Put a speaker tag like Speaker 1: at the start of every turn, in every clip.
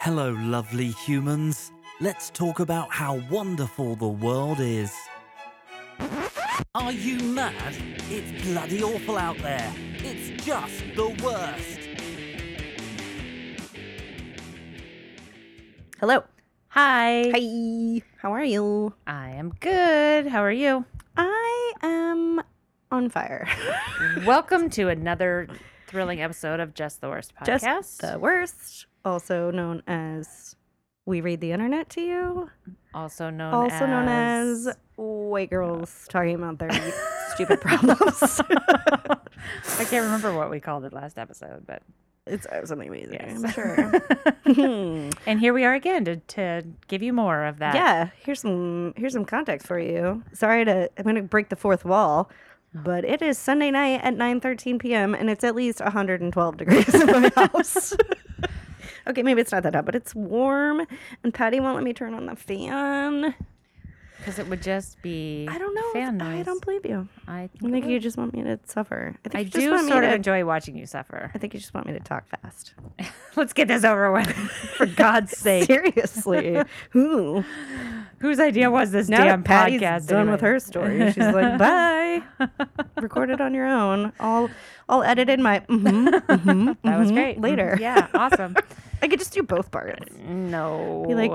Speaker 1: Hello, lovely humans. Let's talk about how wonderful the world is. Are you mad? It's bloody awful out there. It's just the worst.
Speaker 2: Hello. Hi.
Speaker 3: Hi. How are you?
Speaker 2: I am good. How are you?
Speaker 3: I am on fire.
Speaker 2: Welcome to another thrilling episode of Just the Worst podcast.
Speaker 3: Just the worst, also known as We Read the Internet to You,
Speaker 2: also known
Speaker 3: also
Speaker 2: as
Speaker 3: known as White Girls Talking About Their Stupid Problems.
Speaker 2: I can't remember what we called it last episode, but
Speaker 3: it's uh, something amazing,
Speaker 2: Yes.
Speaker 3: I'm sure. Hmm.
Speaker 2: and here we are again to, to give you more of that.
Speaker 3: yeah, here's some here's some context for you. Sorry to I'm gonna break the fourth
Speaker 2: Oh.
Speaker 3: wall. But it is Sunday night at 9:13 p.m. and it's at least 112 degrees in my house. okay, maybe it's not that hot, but it's warm and Patty won't let me turn on the fan.
Speaker 2: because it would just be
Speaker 3: I don't know. if-
Speaker 2: fan
Speaker 3: I
Speaker 2: noise.
Speaker 3: don't believe you.
Speaker 2: I
Speaker 3: I
Speaker 2: think,
Speaker 3: think
Speaker 2: it
Speaker 3: you
Speaker 2: would-
Speaker 3: just want me to suffer. I think
Speaker 2: I
Speaker 3: you just
Speaker 2: do
Speaker 3: want me
Speaker 2: sort of
Speaker 3: to-
Speaker 2: enjoy watching you suffer.
Speaker 3: I think you just want me to talk fast.
Speaker 2: Let's get this over with, for God's sake.
Speaker 3: Seriously. Who?
Speaker 2: Whose idea was this
Speaker 3: Now
Speaker 2: damn
Speaker 3: that Patty's
Speaker 2: podcast?
Speaker 3: done with
Speaker 2: anyway?
Speaker 3: her story, she's like, "Bye." Record it on your own. I'll I'll edit in my mhm, mhm,
Speaker 2: That was
Speaker 3: mhm
Speaker 2: great.
Speaker 3: later.
Speaker 2: Yeah, awesome.
Speaker 3: I could just do both parts.
Speaker 2: No.
Speaker 3: Be like,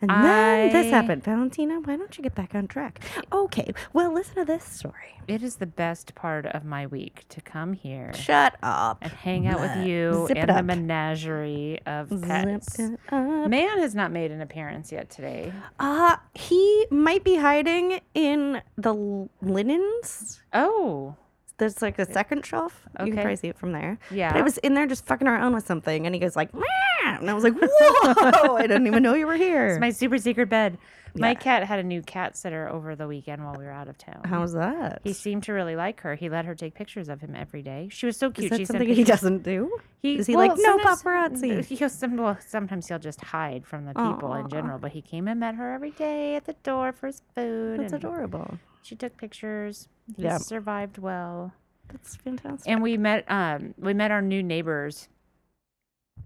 Speaker 3: and then
Speaker 2: I-
Speaker 3: this happened. Valentina, why don't you get back on track? Okay, well, listen to this story.
Speaker 2: It is the best part of my week to come here
Speaker 3: Shut up.
Speaker 2: and hang out with you
Speaker 3: Zip it
Speaker 2: in the
Speaker 3: up.
Speaker 2: menagerie of pets.
Speaker 3: Zipped it up.
Speaker 2: Man has not made an appearance yet today.
Speaker 3: Uh, he might be hiding in the l- linens.
Speaker 2: Oh,
Speaker 3: There's like a second shelf. You can
Speaker 2: Okay.
Speaker 3: probably see it from there. But I
Speaker 2: Yeah.
Speaker 3: was in there just fucking around with something, and he goes like, "Meow," and I was like, "Whoa! I didn't even know you were here."
Speaker 2: it's my super secret bed. My
Speaker 3: Yeah. Uh-huh.
Speaker 2: cat had a new cat sitter over the weekend while we were out of town.
Speaker 3: How's that?
Speaker 2: he seemed to really like her. He let her take pictures of him every day. She was so
Speaker 3: Is
Speaker 2: cute.
Speaker 3: that
Speaker 2: she sent
Speaker 3: something he
Speaker 2: pictures-
Speaker 3: doesn't do?
Speaker 2: He,
Speaker 3: Is he like, "No
Speaker 2: sometimes-
Speaker 3: paparazzi"?
Speaker 2: n- He'll some, well, sometimes he'll just hide from the people
Speaker 3: Aw.
Speaker 2: in general, but he came and met her every day at the door for his food.
Speaker 3: That's
Speaker 2: and
Speaker 3: adorable.
Speaker 2: She took pictures. He
Speaker 3: Yeah.
Speaker 2: survived well.
Speaker 3: That's fantastic.
Speaker 2: And we met um we met our new neighbors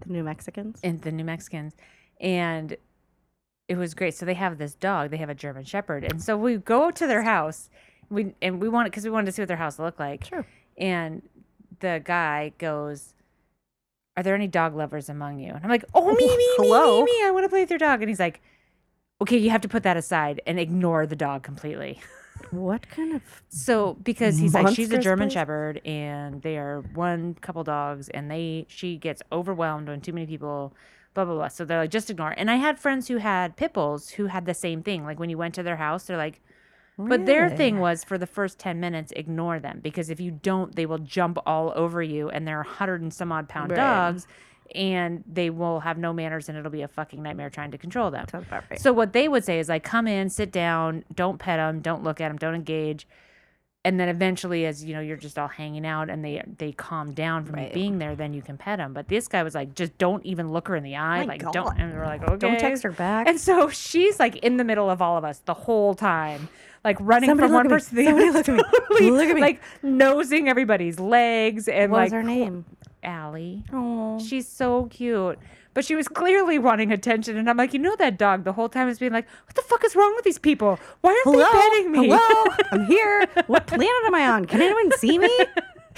Speaker 3: the New Mexicans.
Speaker 2: in the New Mexicans and it was great. So they have this dog, they have a German shepherd. And so we go to their house. We and we wanted cuz we wanted to see what their house looked like.
Speaker 3: Sure.
Speaker 2: And the guy goes are there any dog lovers among you? And I'm like, oh, me, me, me,
Speaker 3: Hello?
Speaker 2: me, me. I want to play with your dog. And he's like, okay, you have to put that aside and ignore the dog completely.
Speaker 3: What kind of?
Speaker 2: So because he's like she's a
Speaker 3: Monsters,
Speaker 2: German
Speaker 3: please?
Speaker 2: Shepherd and they are one couple dogs and they she gets overwhelmed when too many people blah blah blah. So they're like just ignore. And I had friends who had pit bulls who had the same thing. Like when you went to their house, they're like but their thing
Speaker 3: Really?
Speaker 2: was for the first 10 minutes ignore them because if you don't they will jump all over you and they're 100 and some odd pound
Speaker 3: Right.
Speaker 2: dogs and they will have no manners and it'll be a fucking nightmare trying to control them.
Speaker 3: Sounds about right.
Speaker 2: So what they would say is like, come in, sit down, don't pet them, don't look at them, don't engage. And then eventually, as you know, you're just all hanging out, and they they calm down from you
Speaker 3: Right.
Speaker 2: being there. Then you can pet them. But this guy was like, just don't even look her in the eye,
Speaker 3: My
Speaker 2: like
Speaker 3: God.
Speaker 2: don't. And we're like, okay,
Speaker 3: Don't text her back.
Speaker 2: And so she's like in the middle of all of us the whole time, like running
Speaker 3: Somebody
Speaker 2: from one
Speaker 3: look
Speaker 2: person
Speaker 3: at me.
Speaker 2: to the other,
Speaker 3: Somebody look at me.
Speaker 2: totally,
Speaker 3: Look at me.
Speaker 2: like nosing everybody's legs and
Speaker 3: what
Speaker 2: like
Speaker 3: was her name?
Speaker 2: Allie.
Speaker 3: Oh,
Speaker 2: She's so cute. But she was clearly wanting attention. And I'm like, you know, that dog the whole time is being like, what the fuck is wrong with these people? Why aren't
Speaker 3: hello,
Speaker 2: they petting me?
Speaker 3: hello. I'm here. What planet am I on? Can anyone see me?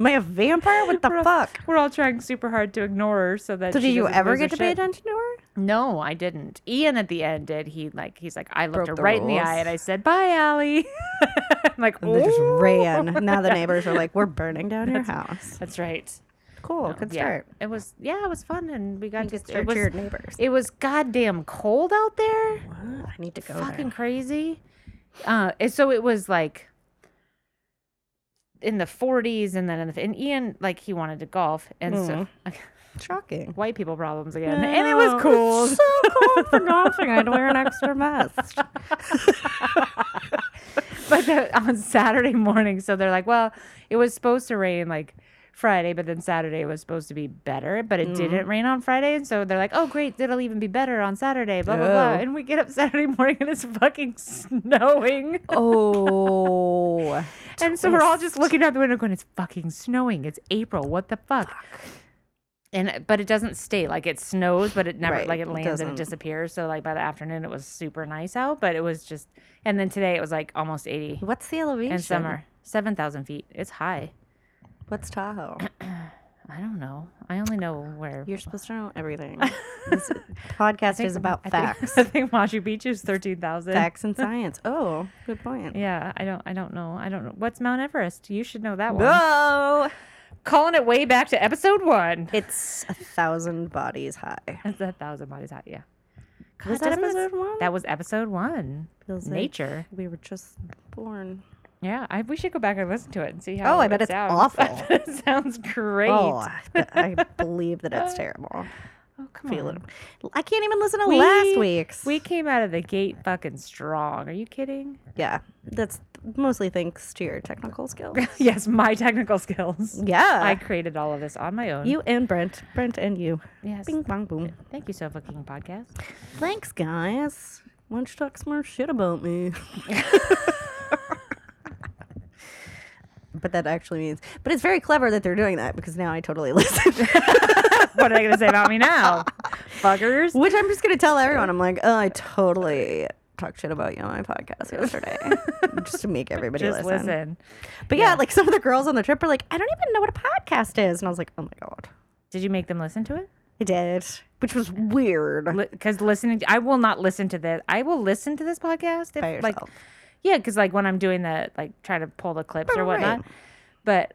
Speaker 3: am I a vampire? What the
Speaker 2: We're all-
Speaker 3: fuck?
Speaker 2: We're all trying super hard to ignore her so that.
Speaker 3: So
Speaker 2: she
Speaker 3: did you
Speaker 2: doesn't
Speaker 3: ever
Speaker 2: lose her
Speaker 3: get to pay
Speaker 2: shit.
Speaker 3: attention to her?
Speaker 2: No, I didn't. Ian at the end did. He like he's like I looked
Speaker 3: Broke
Speaker 2: her
Speaker 3: the
Speaker 2: right in the
Speaker 3: rules.
Speaker 2: eye and I said bye, Allie. I'm like "Oh."
Speaker 3: And they just
Speaker 2: "Ooh."
Speaker 3: ran. Now the neighbors are like, "We're burning down your house."
Speaker 2: That's right.
Speaker 3: Cool. Good
Speaker 2: yeah,
Speaker 3: start.
Speaker 2: it was yeah, it was fun and we got
Speaker 3: You
Speaker 2: to
Speaker 3: can start
Speaker 2: it
Speaker 3: to
Speaker 2: was
Speaker 3: your neighbors.
Speaker 2: it was goddamn cold out there.
Speaker 3: What? I need to go
Speaker 2: fucking
Speaker 3: there.
Speaker 2: crazy. Uh, and so it was like in the 40s, and then in the, and Ian like he wanted to golf, and so
Speaker 3: Shocking.
Speaker 2: white people problems again, and it was
Speaker 3: Mm.
Speaker 2: cool.
Speaker 3: It's so cold for golfing. I had to wear an extra vest.
Speaker 2: but the, on Saturday morning, so they're like, well, it was supposed to rain like Friday, but then Saturday was supposed to be better, but it
Speaker 3: Mm-hmm.
Speaker 2: didn't rain on Friday, and so they're like, oh great, it'll even be better on Saturday, blah blah blah.
Speaker 3: Oh.
Speaker 2: And we get up Saturday morning, and it's fucking snowing.
Speaker 3: Oh.
Speaker 2: And so we're all just looking out the window going, it's fucking snowing. It's April. What the fuck? and but it doesn't stay like it snows but it never
Speaker 3: Right,
Speaker 2: like
Speaker 3: it
Speaker 2: it lands and
Speaker 3: doesn't.
Speaker 2: it disappears so like by the afternoon it was super nice out but it was just and then today it was like almost 80
Speaker 3: What's the elevation?
Speaker 2: in summer 7000 feet it's high
Speaker 3: What's Tahoe?
Speaker 2: i don't know i only know where
Speaker 3: You're supposed to know everything. this podcast is about facts,
Speaker 2: i think machu picchu is 13000
Speaker 3: facts and science. Oh, good point.
Speaker 2: yeah i don't i don't know i don't know what's mount everest you should know that one
Speaker 3: Whoa!
Speaker 2: calling it way back to episode one
Speaker 3: It's a thousand bodies high.
Speaker 2: that's a thousand bodies high yeah God,
Speaker 3: Was that
Speaker 2: doesn't it s-
Speaker 3: episode one?
Speaker 2: that was episode one
Speaker 3: Feels like-
Speaker 2: nature
Speaker 3: We were just born.
Speaker 2: Yeah, I, we should go back and listen to it and see how.
Speaker 3: Oh, I
Speaker 2: it
Speaker 3: bet it's
Speaker 2: sounds.
Speaker 3: awful.
Speaker 2: it sounds great.
Speaker 3: Oh, I, I believe that it's terrible.
Speaker 2: Oh, come
Speaker 3: Feel it.
Speaker 2: on.
Speaker 3: I can't even listen to
Speaker 2: We-
Speaker 3: last week's.
Speaker 2: We came out of the gate fucking strong. Are you kidding?
Speaker 3: yeah, that's mostly thanks to your technical skills.
Speaker 2: yes, my technical skills.
Speaker 3: yeah,
Speaker 2: I created all of this on my own.
Speaker 3: you and Brent, Brent and you.
Speaker 2: yes.
Speaker 3: Bing bang boom.
Speaker 2: Thank you, Sofa King Podcast.
Speaker 3: Thanks, guys. Why don't you talk some more shit about me? but that actually means. But it's very clever that they're doing that because now I totally listen.
Speaker 2: what are they gonna say about me now, fuckers?
Speaker 3: Which I'm just gonna tell everyone. I'm like, oh, I totally talked shit about you on my podcast yesterday, just to make everybody
Speaker 2: Just
Speaker 3: listen.
Speaker 2: listen.
Speaker 3: But yeah, like some of the girls on the trip were like, I don't even know what a podcast is, and I was like, oh my god,
Speaker 2: Did you make them listen to it?
Speaker 3: I did, which was weird.
Speaker 2: Because listening, I will not listen to this. I will listen to this podcast if
Speaker 3: By
Speaker 2: like
Speaker 3: yourself.
Speaker 2: Yeah, because like when I'm doing the like trying to pull the clips or
Speaker 3: Right.
Speaker 2: whatnot, but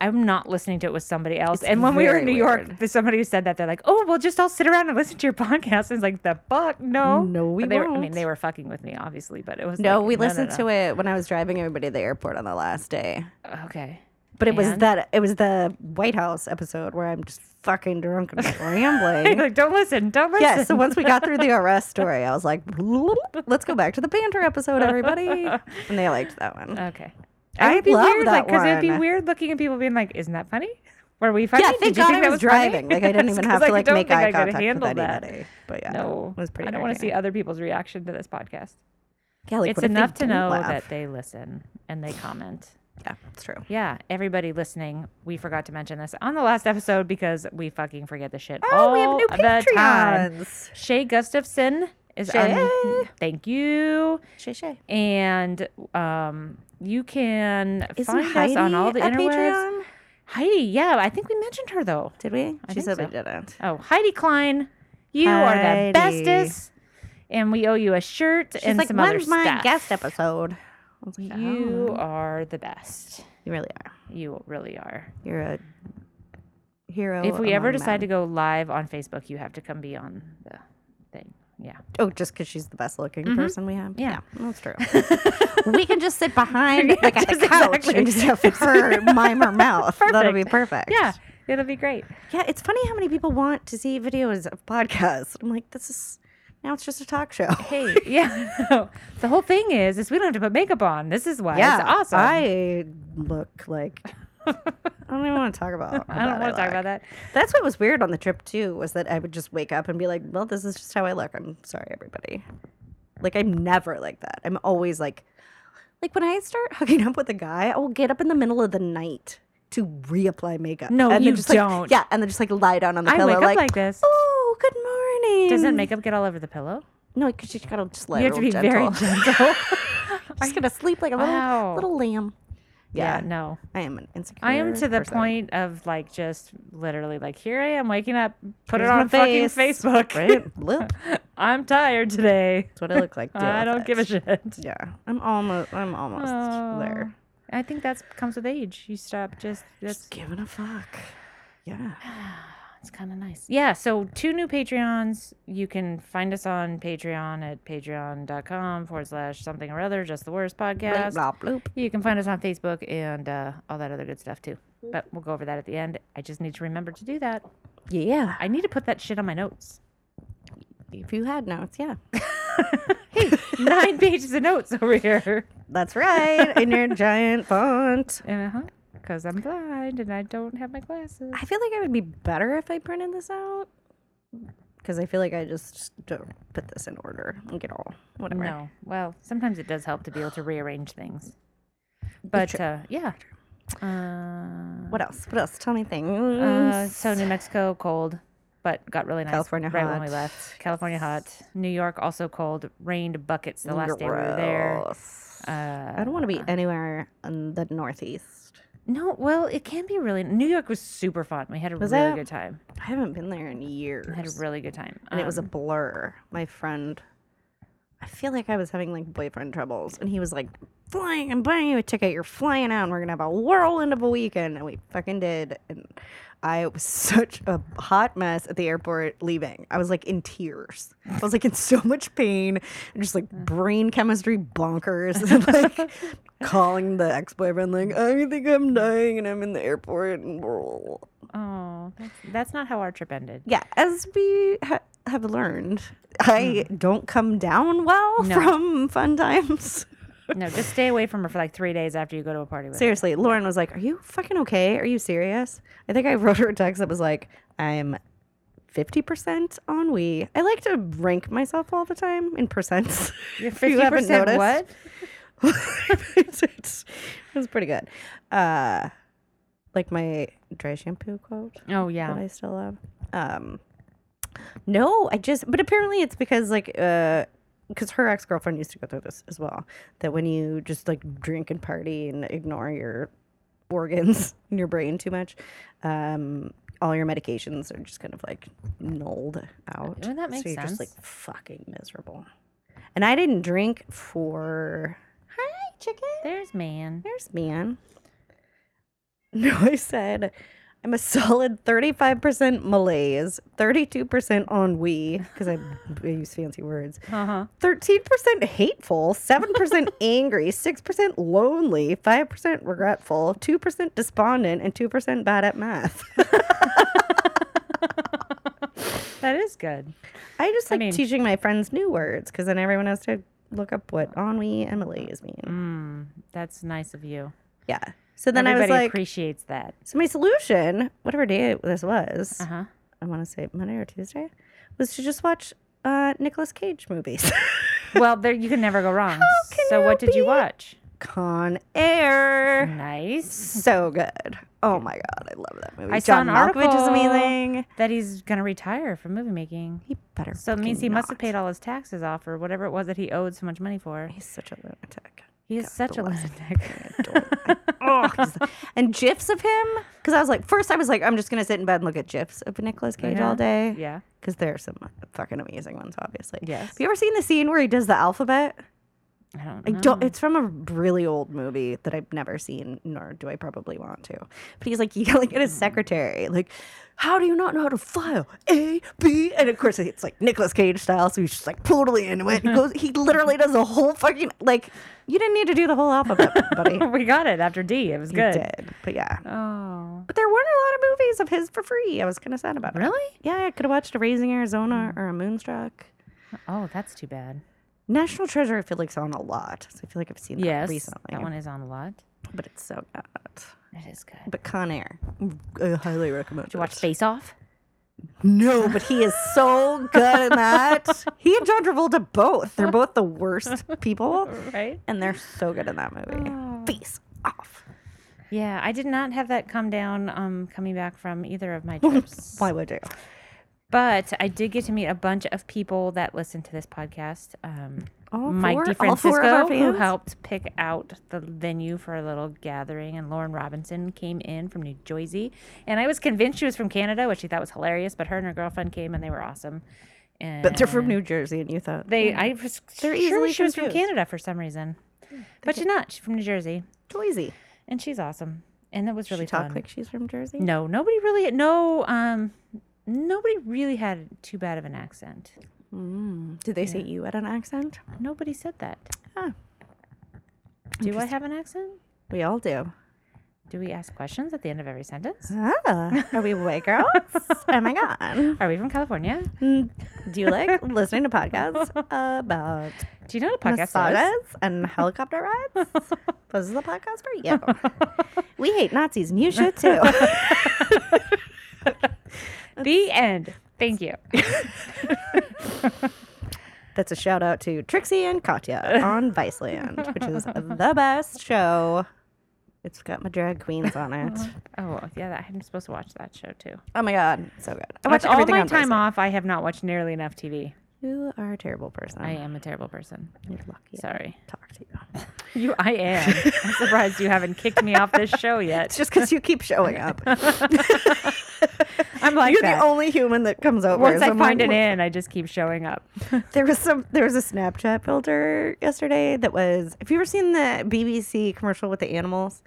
Speaker 2: I'm not listening to it with somebody else. and when we were
Speaker 3: very
Speaker 2: in New
Speaker 3: weird.
Speaker 2: York, there's somebody who said that they're like, "Oh, we'll just all sit around and listen to your podcast." And it's like the fuck, no,
Speaker 3: No, we
Speaker 2: But they Were, I mean,
Speaker 3: won't.
Speaker 2: they were fucking with me, obviously, but it was
Speaker 3: No, we listened to it when I was driving everybody to the airport on the last day.
Speaker 2: it. Okay,
Speaker 3: But it was
Speaker 2: And?
Speaker 3: that it was the White House episode where I'm just fucking drunk and rambling.
Speaker 2: like don't listen, don't listen.
Speaker 3: yeah, so once we got through the arrest story, I was like, let's go back to the banter episode, everybody. And they liked that one.
Speaker 2: okay,
Speaker 3: I
Speaker 2: It would be
Speaker 3: love
Speaker 2: weird,
Speaker 3: that
Speaker 2: like, it would be
Speaker 3: one.
Speaker 2: weird looking at people being like, "Isn't that funny? Were we funny?
Speaker 3: yeah,
Speaker 2: Did
Speaker 3: thank
Speaker 2: you
Speaker 3: God
Speaker 2: think
Speaker 3: I
Speaker 2: that
Speaker 3: was
Speaker 2: funny?"
Speaker 3: driving. Like I didn't even
Speaker 2: 'Cause
Speaker 3: have to
Speaker 2: I
Speaker 3: like
Speaker 2: don't
Speaker 3: make
Speaker 2: think I
Speaker 3: eye
Speaker 2: could
Speaker 3: contact with
Speaker 2: handle that.
Speaker 3: anybody. But yeah,
Speaker 2: No,
Speaker 3: it was pretty.
Speaker 2: I don't want to see
Speaker 3: entertaining.
Speaker 2: other people's reaction to this podcast.
Speaker 3: Yeah, like, what if
Speaker 2: it's
Speaker 3: they
Speaker 2: enough to
Speaker 3: didn't
Speaker 2: know
Speaker 3: laugh?
Speaker 2: that they listen and they comment.
Speaker 3: Yeah, it's true.
Speaker 2: Yeah, everybody listening, we forgot to mention this on the last episode because we fucking forget the shit
Speaker 3: Oh, we have
Speaker 2: all
Speaker 3: new
Speaker 2: the time.
Speaker 3: Patreons.
Speaker 2: Shay Gustafson is our new- thank you,
Speaker 3: Shay Shay.
Speaker 2: and um, you can
Speaker 3: Isn't
Speaker 2: find us on all the
Speaker 3: at
Speaker 2: interwebs.
Speaker 3: Patreon?
Speaker 2: Heidi, yeah, I think we mentioned her though.
Speaker 3: Did we? she
Speaker 2: think
Speaker 3: said
Speaker 2: so.
Speaker 3: we didn't.
Speaker 2: Oh, Heidi Klein, you are the
Speaker 3: Heidi.
Speaker 2: bestest, and we owe you a shirt
Speaker 3: She's
Speaker 2: and
Speaker 3: like,
Speaker 2: some other
Speaker 3: when's my
Speaker 2: stuff.
Speaker 3: guest episode? I was like, "Oh,
Speaker 2: You are the best.
Speaker 3: you really are.
Speaker 2: You really are.
Speaker 3: You're a hero.
Speaker 2: if we ever
Speaker 3: Oh, among
Speaker 2: decide to
Speaker 3: men.
Speaker 2: go live on Facebook, you have to come be on the thing. Yeah.
Speaker 3: oh, just because she's the best looking person we have,
Speaker 2: Yeah.
Speaker 3: that's true. Mm-hmm. we can just sit behind like at the
Speaker 2: Just
Speaker 3: couch
Speaker 2: exactly.
Speaker 3: and just have her mime her mouth. That'll be perfect.
Speaker 2: Yeah. It'll be great.
Speaker 3: yeah. It's funny how many people want to see videos of podcasts. I'm like, this is now it's just a talk show.
Speaker 2: Hey, yeah. the whole thing is, is we don't have to put makeup on. This is why it's awesome.
Speaker 3: I look like I don't even want to talk about.
Speaker 2: I don't want to talk about that.
Speaker 3: That's what was weird on the trip too, was that I would just wake up and be like, "Well, this is just how I look. I'm sorry, everybody." Like I'm never like that. I'm always like, like when I start hooking up with a guy, I will get up in the middle of the night to reapply makeup.
Speaker 2: No,
Speaker 3: and then
Speaker 2: you
Speaker 3: just, like-
Speaker 2: don't.
Speaker 3: yeah, and then just like lie down on the
Speaker 2: I
Speaker 3: pillow,
Speaker 2: wake up
Speaker 3: like,
Speaker 2: like, this.
Speaker 3: "Oh, good morning."
Speaker 2: Doesn't makeup get all over the pillow?
Speaker 3: no, because you gotta just lie.
Speaker 2: You have to
Speaker 3: real
Speaker 2: be very
Speaker 3: gentle.
Speaker 2: gentle.
Speaker 3: just gonna sleep like a little
Speaker 2: Wow.
Speaker 3: little lamb.
Speaker 2: yeah,
Speaker 3: Yeah,
Speaker 2: no.
Speaker 3: I am an insecure.
Speaker 2: I am to the
Speaker 3: person.
Speaker 2: point of like just literally like here I am waking up, put
Speaker 3: Here's
Speaker 2: it
Speaker 3: my
Speaker 2: on fucking
Speaker 3: face.
Speaker 2: Facebook.
Speaker 3: Right? Loop.
Speaker 2: I'm tired today.
Speaker 3: That's what I look like. Deal
Speaker 2: I
Speaker 3: with
Speaker 2: don't
Speaker 3: it.
Speaker 2: give a Oh. shit.
Speaker 3: Yeah, I'm almost. I'm almost there.
Speaker 2: I think that's comes with age. You stop just that's
Speaker 3: Just giving a fuck. Yeah.
Speaker 2: it's kind of nice. Yeah, so two new Patreons. You can find us on Patreon at patreon.com forward slash something or other, just the worst
Speaker 3: Blah,
Speaker 2: podcast.
Speaker 3: blah, bloop.
Speaker 2: You can find us on Facebook and uh, all that other good stuff too.
Speaker 3: Mm-hmm.
Speaker 2: But we'll go over that at the end. I just need to remember to do that.
Speaker 3: Yeah.
Speaker 2: I need to put that shit on my notes.
Speaker 3: If you had notes, yeah.
Speaker 2: Nine pages of notes over here.
Speaker 3: That's right. In your giant font.
Speaker 2: Uh huh. Because I'm blind and I don't have my glasses.
Speaker 3: I feel like I would be better if I printed this out. Because I feel like I just, just don't put this in order and get all whatever.
Speaker 2: No. Well, sometimes it does help to be able to rearrange things. But uh, yeah. Uh,
Speaker 3: What else? What else? Tell me things.
Speaker 2: Uh, so New Mexico cold, but got really nice.
Speaker 3: California
Speaker 2: right when we
Speaker 3: hot.
Speaker 2: left. California hot. New York also cold. Rained buckets the last day we were there.
Speaker 3: Gross.
Speaker 2: Uh,
Speaker 3: I don't want to be anywhere in the Northeast.
Speaker 2: no, well, it can be really. New York was super fun. We had a
Speaker 3: Was
Speaker 2: really
Speaker 3: it?
Speaker 2: good time.
Speaker 3: I haven't been there in years.
Speaker 2: We had a really good time.
Speaker 3: and it was a
Speaker 2: Um,
Speaker 3: blur. My friend, I feel like I was having like boyfriend troubles, and he was like, "Flying, I'm buying you a ticket. You're flying out, and we're gonna have a whirlwind of a weekend." And we fucking did. And I was such a hot mess at the airport leaving. I was like in tears. I was like in so much pain, and just like brain chemistry bonkers, and like calling the ex boyfriend like, "I think I'm dying, and I'm in the airport." And
Speaker 2: Oh, that's, that's not how our trip ended.
Speaker 3: yeah, as we ha- have learned, I don't come down well
Speaker 2: No.
Speaker 3: from fun times.
Speaker 2: No, just stay away from her for like three days after you go to a party with her.
Speaker 3: Seriously, Lauren was like, Are you fucking okay? Are you serious? I think I wrote her a text that was like, I'm 50% on we. I like to rank myself all the time in percents.
Speaker 2: You're
Speaker 3: If you haven't
Speaker 2: 50%
Speaker 3: noticed.
Speaker 2: what?
Speaker 3: it was pretty good. Uh, like my dry shampoo quote.
Speaker 2: Oh
Speaker 3: that
Speaker 2: yeah.
Speaker 3: I still have. Um, no, I just, but apparently it's because like, uh, because her ex girlfriend used to go through this as well. That when you just like drink and party and ignore your organs and your brain too much, um, all your medications are just kind of like nulled out.
Speaker 2: Wouldn't that make
Speaker 3: so you're just
Speaker 2: sense?
Speaker 3: like fucking miserable. And I didn't drink for. Hi, chicken.
Speaker 2: There's man.
Speaker 3: There's man. No, I said I'm a solid 35% malaise, 32% ennui, because I, I use fancy words,
Speaker 2: Uh huh.
Speaker 3: 13% hateful, 7% angry, 6% lonely, 5% regretful, 2% despondent, and 2% bad at math.
Speaker 2: That is good.
Speaker 3: I just
Speaker 2: I
Speaker 3: like
Speaker 2: mean-
Speaker 3: teaching my friends new words because then everyone has to look up what ennui and malaise mean.
Speaker 2: Mm, that's nice of you.
Speaker 3: Yeah. So then
Speaker 2: Everybody
Speaker 3: I was like,
Speaker 2: appreciates that.
Speaker 3: so my solution, whatever day this was,
Speaker 2: Uh huh.
Speaker 3: I want to say Monday or Tuesday, was to just watch uh, Nicolas Cage movies.
Speaker 2: well, there you can never go wrong.
Speaker 3: can
Speaker 2: so
Speaker 3: you
Speaker 2: what did you
Speaker 3: be-
Speaker 2: watch?
Speaker 3: Con Air.
Speaker 2: Nice.
Speaker 3: So good. Oh my God. I love that movie.
Speaker 2: I saw
Speaker 3: John
Speaker 2: an
Speaker 3: Malkovich is
Speaker 2: article.
Speaker 3: amazing.
Speaker 2: That he's gonna retire from movie making.
Speaker 3: He better.
Speaker 2: So it means he
Speaker 3: fucking
Speaker 2: must have
Speaker 3: not.
Speaker 2: paid all his taxes off or whatever it was that he owed so much money for.
Speaker 3: He's such a lunatic.
Speaker 2: He is such a
Speaker 3: bless
Speaker 2: lunatic.
Speaker 3: Oh, he's- and gifs of him because I was like, first I was like, I'm just gonna sit in bed and look at gifs of Nicolas Cage
Speaker 2: Yeah.
Speaker 3: all day
Speaker 2: Uh-huh. yeah.
Speaker 3: because there are some fucking amazing ones, obviously.
Speaker 2: Yes.
Speaker 3: Have you ever seen the scene where he does the alphabet?
Speaker 2: I don't
Speaker 3: I
Speaker 2: know.
Speaker 3: don't. It's from a really old movie that I've never seen, nor do I probably want to. But he's like yelling at his
Speaker 2: Mm.
Speaker 3: secretary, like, "How do you not know how to file A, B?" And of course, it's like Nicolas Cage style, so he's just like totally into it. He goes, he literally does a whole fucking like. You didn't need to do the whole alphabet, buddy. You
Speaker 2: we got it after D. It was good.
Speaker 3: did, but yeah.
Speaker 2: Oh.
Speaker 3: But there weren't a lot of movies of his for free. I was kind of sad about it.
Speaker 2: Really? Mm.
Speaker 3: Yeah, I could have watched a Raising Arizona or a Moonstruck.
Speaker 2: Oh, that's too bad.
Speaker 3: National Treasure, I feel like, is on a lot. So I feel like I've seen that
Speaker 2: Yes.
Speaker 3: recently.
Speaker 2: That one is on a lot.
Speaker 3: But it's so good.
Speaker 2: It is good.
Speaker 3: But Con Air, I highly recommend.
Speaker 2: Did you watch Face Off?
Speaker 3: No, but he is so good in that. he and John Travolta both. They're both the worst people,
Speaker 2: Right.
Speaker 3: and they're so good in that movie. Face off.
Speaker 2: Yeah, I did not have that come down um, coming back from either of my trips.
Speaker 3: Why would you?
Speaker 2: But I did get to meet a bunch of people that listen to this podcast. Um,
Speaker 3: All
Speaker 2: Mike
Speaker 3: four- all four of our
Speaker 2: DeFrancisco, who
Speaker 3: fans?
Speaker 2: helped pick out the venue for a little gathering, and Lauren Robinson came in from New Jersey. And I was convinced she was from Canada, which she thought was hilarious, but her and her girlfriend came and they were awesome. And
Speaker 3: But they're from New Jersey, and you thought
Speaker 2: They, I was
Speaker 3: They're
Speaker 2: sure
Speaker 3: easily
Speaker 2: she was from
Speaker 3: confused.
Speaker 2: Canada for some reason. But she's not. She's from New Jersey,
Speaker 3: Jersey.
Speaker 2: and she's awesome. And that was really
Speaker 3: She talk
Speaker 2: fun.
Speaker 3: like she's from Jersey.
Speaker 2: No, nobody really. No, um, nobody really had too bad of an accent.
Speaker 3: Mm. Did they say you at an accent?
Speaker 2: Nobody said that.
Speaker 3: Huh.
Speaker 2: Do I have an accent?
Speaker 3: We all do.
Speaker 2: Do we ask questions at the end of every sentence?
Speaker 3: Ah, are we white girls? oh my god!
Speaker 2: Are we from California?
Speaker 3: Mm, Do you like listening to podcasts about
Speaker 2: Do you know what a podcast is?
Speaker 3: massages and helicopter rides. this is the podcast for you. we hate Nazis, and you should too.
Speaker 2: The end. Thank you.
Speaker 3: That's a shout out to Trixie and Katya on Viceland, which is the best show It's got my drag queens on it.
Speaker 2: Oh yeah, that, I'm supposed to watch that show too.
Speaker 3: oh my god, so good. I watch
Speaker 2: That's all
Speaker 3: everything
Speaker 2: my
Speaker 3: on
Speaker 2: time
Speaker 3: Thursday.
Speaker 2: off. I have not watched nearly enough TV.
Speaker 3: You are a terrible person.
Speaker 2: I am a terrible person.
Speaker 3: You're lucky. I
Speaker 2: Sorry.
Speaker 3: talk to you.
Speaker 2: You, I am. I'm surprised you haven't kicked me off this show
Speaker 3: It's
Speaker 2: yet.
Speaker 3: just because you keep showing up.
Speaker 2: I'm like
Speaker 3: You're
Speaker 2: that.
Speaker 3: the only human that comes over.
Speaker 2: Once
Speaker 3: so
Speaker 2: I
Speaker 3: I'm like,
Speaker 2: find it
Speaker 3: "Wha-
Speaker 2: in, I just keep showing up.
Speaker 3: There was some. There was a Snapchat filter yesterday that was. Have you ever seen the BBC commercial with the animals?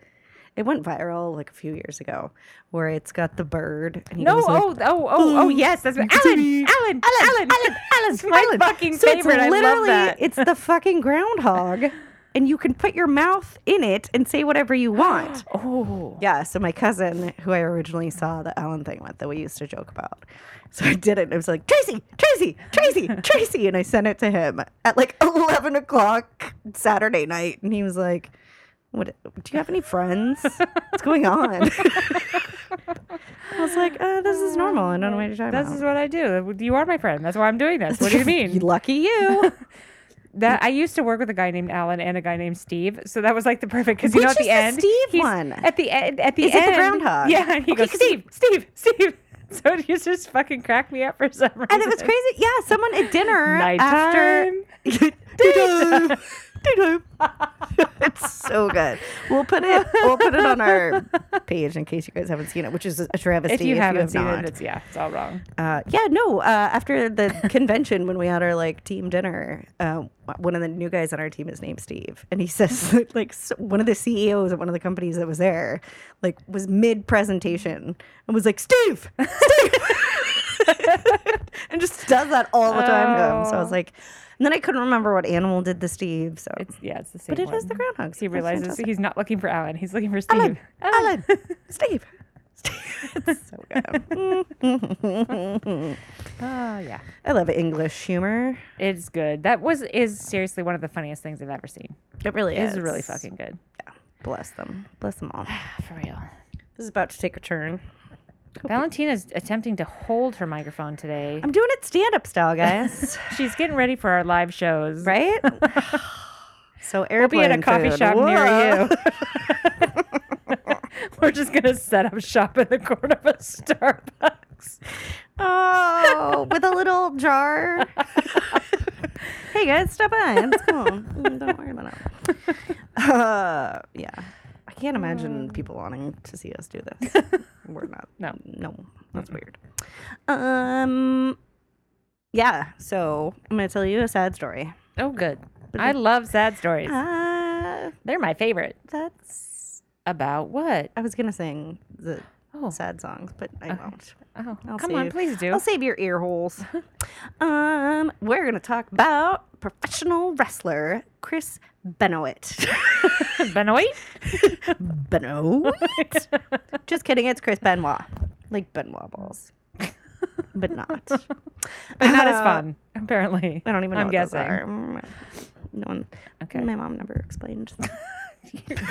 Speaker 3: It went viral like a few years ago, where it's got the bird. And he
Speaker 2: No,
Speaker 3: goes like,
Speaker 2: oh, oh, oh, oh,
Speaker 3: "Ooh,
Speaker 2: yes, that's Alan,
Speaker 3: TV.
Speaker 2: Alan, Alan, Alan, Alan's my
Speaker 3: Island.
Speaker 2: fucking
Speaker 3: So it's
Speaker 2: favorite. I love
Speaker 3: literally-
Speaker 2: that.
Speaker 3: It's the fucking groundhog, and you can put your mouth in it and say whatever you want.
Speaker 2: oh,
Speaker 3: Yeah, so my cousin, who I originally saw the Ellen thing with, that we used to joke about, so I did it. And it was like Tracy, Tracy, Tracy, Tracy, and I sent it to him at like eleven o'clock Saturday night, and he was like, "What? Do you have any friends? What's going on?" I was like, uh, "This is normal. I don't know what you're talking
Speaker 2: this
Speaker 3: about."
Speaker 2: is what I do. You are my friend. That's why I'm doing this. What do you mean?
Speaker 3: Lucky you.
Speaker 2: That I used to work with a guy named Alan and a guy named Steve, so that was like the perfect because you know
Speaker 3: Which
Speaker 2: at
Speaker 3: is
Speaker 2: the
Speaker 3: the
Speaker 2: end,
Speaker 3: Steve
Speaker 2: he's-
Speaker 3: one?
Speaker 2: at the end, at the
Speaker 3: Is it
Speaker 2: end,
Speaker 3: the groundhog?
Speaker 2: Yeah, and he
Speaker 3: Okay,
Speaker 2: goes
Speaker 3: 'cause he-
Speaker 2: Steve, Steve, Steve. So it used to just fucking crack me up for some reason.
Speaker 3: And it was crazy. Yeah, someone at dinner after
Speaker 2: Nighttime.
Speaker 3: Daytime. Daytime. it's so good. We'll put it. We'll put it on our page in case you guys haven't seen it, which is a travesty.
Speaker 2: If you haven't
Speaker 3: have
Speaker 2: seen
Speaker 3: not.
Speaker 2: it, it's yeah, it's all wrong.
Speaker 3: Uh, yeah, no. Uh, after the convention, when we had our like team dinner, uh, one of the new guys on our team is named Steve, and he says that, like s one of the CEOs at one of the companies that was there, like was mid presentation and was like Steve, Steve, and just does that all the time to him. So I was
Speaker 2: Oh.
Speaker 3: like, and then I couldn't remember what animal did the Steve. So
Speaker 2: It's yeah, it's the same.
Speaker 3: but it is the
Speaker 2: one.
Speaker 3: groundhog.
Speaker 2: He
Speaker 3: That's
Speaker 2: realizes
Speaker 3: fantastic.
Speaker 2: he's not looking for Alan. He's looking for Steve. Oh,
Speaker 3: Alan,
Speaker 2: Alan.
Speaker 3: Alan, Steve. Steve. It's so good.
Speaker 2: Oh yeah,
Speaker 3: I love English humor.
Speaker 2: it's good. That was is seriously one of the funniest things I've ever seen.
Speaker 3: It really
Speaker 2: It's
Speaker 3: is.
Speaker 2: really fucking good.
Speaker 3: bless them. Bless them all.
Speaker 2: For real.
Speaker 3: This is about to take a turn.
Speaker 2: Valentina's attempting to hold her microphone today.
Speaker 3: I'm doing it stand up style, guys.
Speaker 2: She's getting ready for our live shows.
Speaker 3: right? so
Speaker 2: We'll be
Speaker 3: airplane
Speaker 2: at a coffee
Speaker 3: food.
Speaker 2: shop
Speaker 3: Whoa.
Speaker 2: near you. We're just gonna set up shop in the corner of a Starbucks.
Speaker 3: Oh, with a little jar. hey guys, stop by. It's cool. Mm, Don't worry about it. Uh, yeah, I can't imagine people wanting to see us do this. We're not.
Speaker 2: No.
Speaker 3: no, that's weird. Um, yeah. So I'm gonna tell you a sad story.
Speaker 2: Oh, good. I love sad stories.
Speaker 3: Uh,
Speaker 2: They're my favorite.
Speaker 3: that's.
Speaker 2: About what?
Speaker 3: I was gonna sing the
Speaker 2: Oh,
Speaker 3: sad songs, but I won't.
Speaker 2: oh.
Speaker 3: I'll
Speaker 2: come on,
Speaker 3: save-
Speaker 2: please do.
Speaker 3: I'll save your ear holes. um, we're gonna talk about professional wrestler Chris Benoit.
Speaker 2: Benoit?
Speaker 3: Benoit? Just kidding, it's Chris Benoit. Like Benoit balls. But not.
Speaker 2: But not as
Speaker 3: Uh,
Speaker 2: fun, apparently.
Speaker 3: I don't even know
Speaker 2: I'm
Speaker 3: what those
Speaker 2: guessing.
Speaker 3: are. Mm, No one
Speaker 2: Okay.
Speaker 3: my mom never explained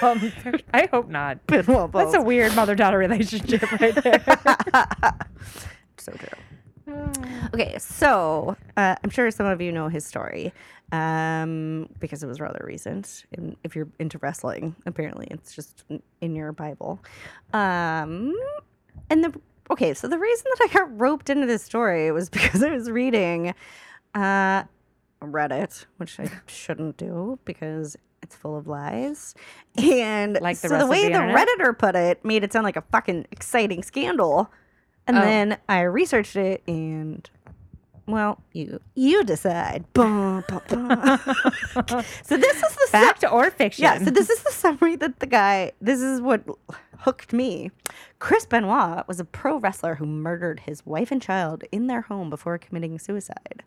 Speaker 2: Um, I hope not.
Speaker 3: Benoit balls.
Speaker 2: That's a weird mother daughter relationship right there.
Speaker 3: so true. Okay, so uh, I'm sure some of you know his story um, because it was rather recent. And if you're into wrestling, apparently it's just in- in your Bible. Um, and the okay, so the reason that I got roped into this story was because I was reading uh, Reddit, which I shouldn't do because it's full of lies. And
Speaker 2: Like the
Speaker 3: so
Speaker 2: rest
Speaker 3: the
Speaker 2: of
Speaker 3: way
Speaker 2: the
Speaker 3: the
Speaker 2: internet?
Speaker 3: Redditor put it made it sound like a fucking exciting scandal. And
Speaker 2: Oh.
Speaker 3: then I researched it and well, you you decide. Bum, bum, bum. so this is the
Speaker 2: Fact or fiction?
Speaker 3: yeah, so this is the summary that the guy, this is what hooked me. Chris Benoit was a pro wrestler who murdered his wife and child in their home before committing suicide.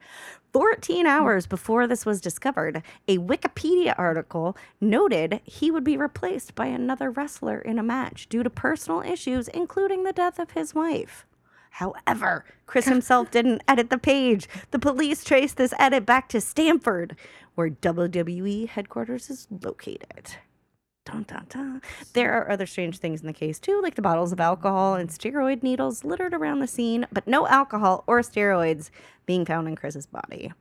Speaker 3: 14 hours before this was discovered, a Wikipedia article noted he would be replaced by another wrestler in a match due to personal issues, including the death of his wife. However, Chris himself didn't edit the page. The police traced this edit back to Stanford, where WWE headquarters is located. Dun, dun, dun. There are other strange things in the case too, like the bottles of alcohol and steroid needles littered around the scene, but no alcohol or steroids being found in Chris's body.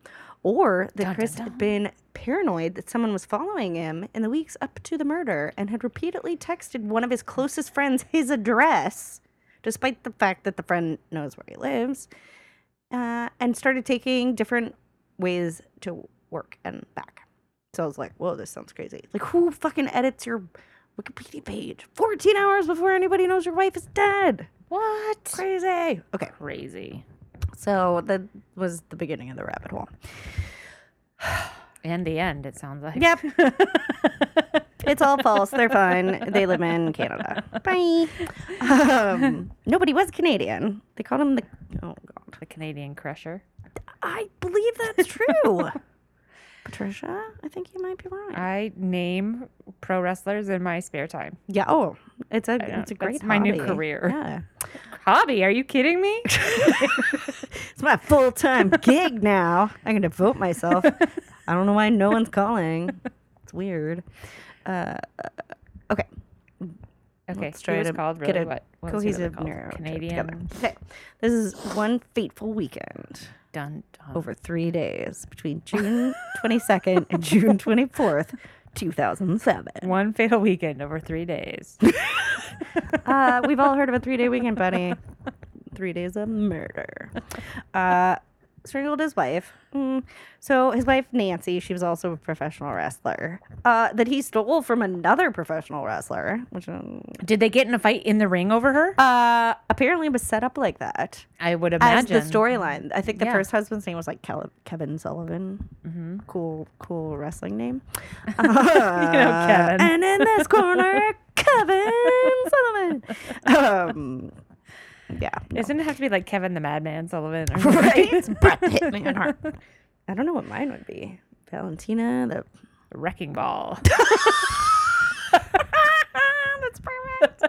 Speaker 3: or that
Speaker 2: Dun, dun,
Speaker 3: Chris had been paranoid that someone was following him in the weeks up to the murder and had repeatedly texted one of his closest friends his address, despite the fact that the friend knows where he lives, uh, and started taking different ways to work and back. So I was like, whoa, this sounds crazy. Like, who fucking edits your Wikipedia page 14 hours before anybody knows your wife is dead?
Speaker 2: What?
Speaker 3: Crazy. Okay.
Speaker 2: Crazy.
Speaker 3: So that was the beginning of the rabbit hole.
Speaker 2: And the end, it sounds like.
Speaker 3: Yep. it's all false. They're fine. They live in Canada. Bye. Um, nobody was Canadian. They called him the. Oh, God.
Speaker 2: The Canadian Crusher.
Speaker 3: I believe that's true. Patricia, I think you might be right.
Speaker 2: I name pro wrestlers in my spare time.
Speaker 3: yeah. Oh, it's a, it's a
Speaker 2: that's
Speaker 3: great
Speaker 2: my new
Speaker 3: hobby.
Speaker 2: career.
Speaker 3: Yeah.
Speaker 2: Hobby, are you kidding me?
Speaker 3: It's my full time gig now. I can devote myself. I don't know why no one's calling. It's weird. Uh, okay.
Speaker 2: Okay,
Speaker 3: Let's try
Speaker 2: he was
Speaker 3: to
Speaker 2: called
Speaker 3: get
Speaker 2: really
Speaker 3: a
Speaker 2: what? what was he really
Speaker 3: cohesive
Speaker 2: called?
Speaker 3: narrative together.
Speaker 2: Canadian.
Speaker 3: Okay, this is one fateful weekend
Speaker 2: Dun, dun.
Speaker 3: over three days between June 22nd and June 24th, 2007.
Speaker 2: One fatal weekend over three days.
Speaker 3: Uh, we've all heard of a three-day weekend, buddy. Three days of murder. Uh, strangled his wife. Mm. So his wife Nancy, she was also a professional wrestler uh, that he stole from another professional wrestler, which um,
Speaker 2: Did they get in a fight in the ring over her?
Speaker 3: uh, apparently was set up like that.
Speaker 2: I would
Speaker 3: as
Speaker 2: imagine.
Speaker 3: the storyline. I think the
Speaker 2: Yeah. Mm-hmm.
Speaker 3: first husband's name was like Kel- Kevin Sullivan. Cool, cool wrestling name. Uh,
Speaker 2: Kevin.
Speaker 3: And in this corner, Kevin Sullivan. Um, yeah. no.
Speaker 2: Doesn't it have to be like Kevin the Madman Sullivan? Or
Speaker 3: Right? Brett Hitman Hart. I don't know what mine would be. Valentina, the
Speaker 2: Wrecking Ball.
Speaker 3: That's perfect.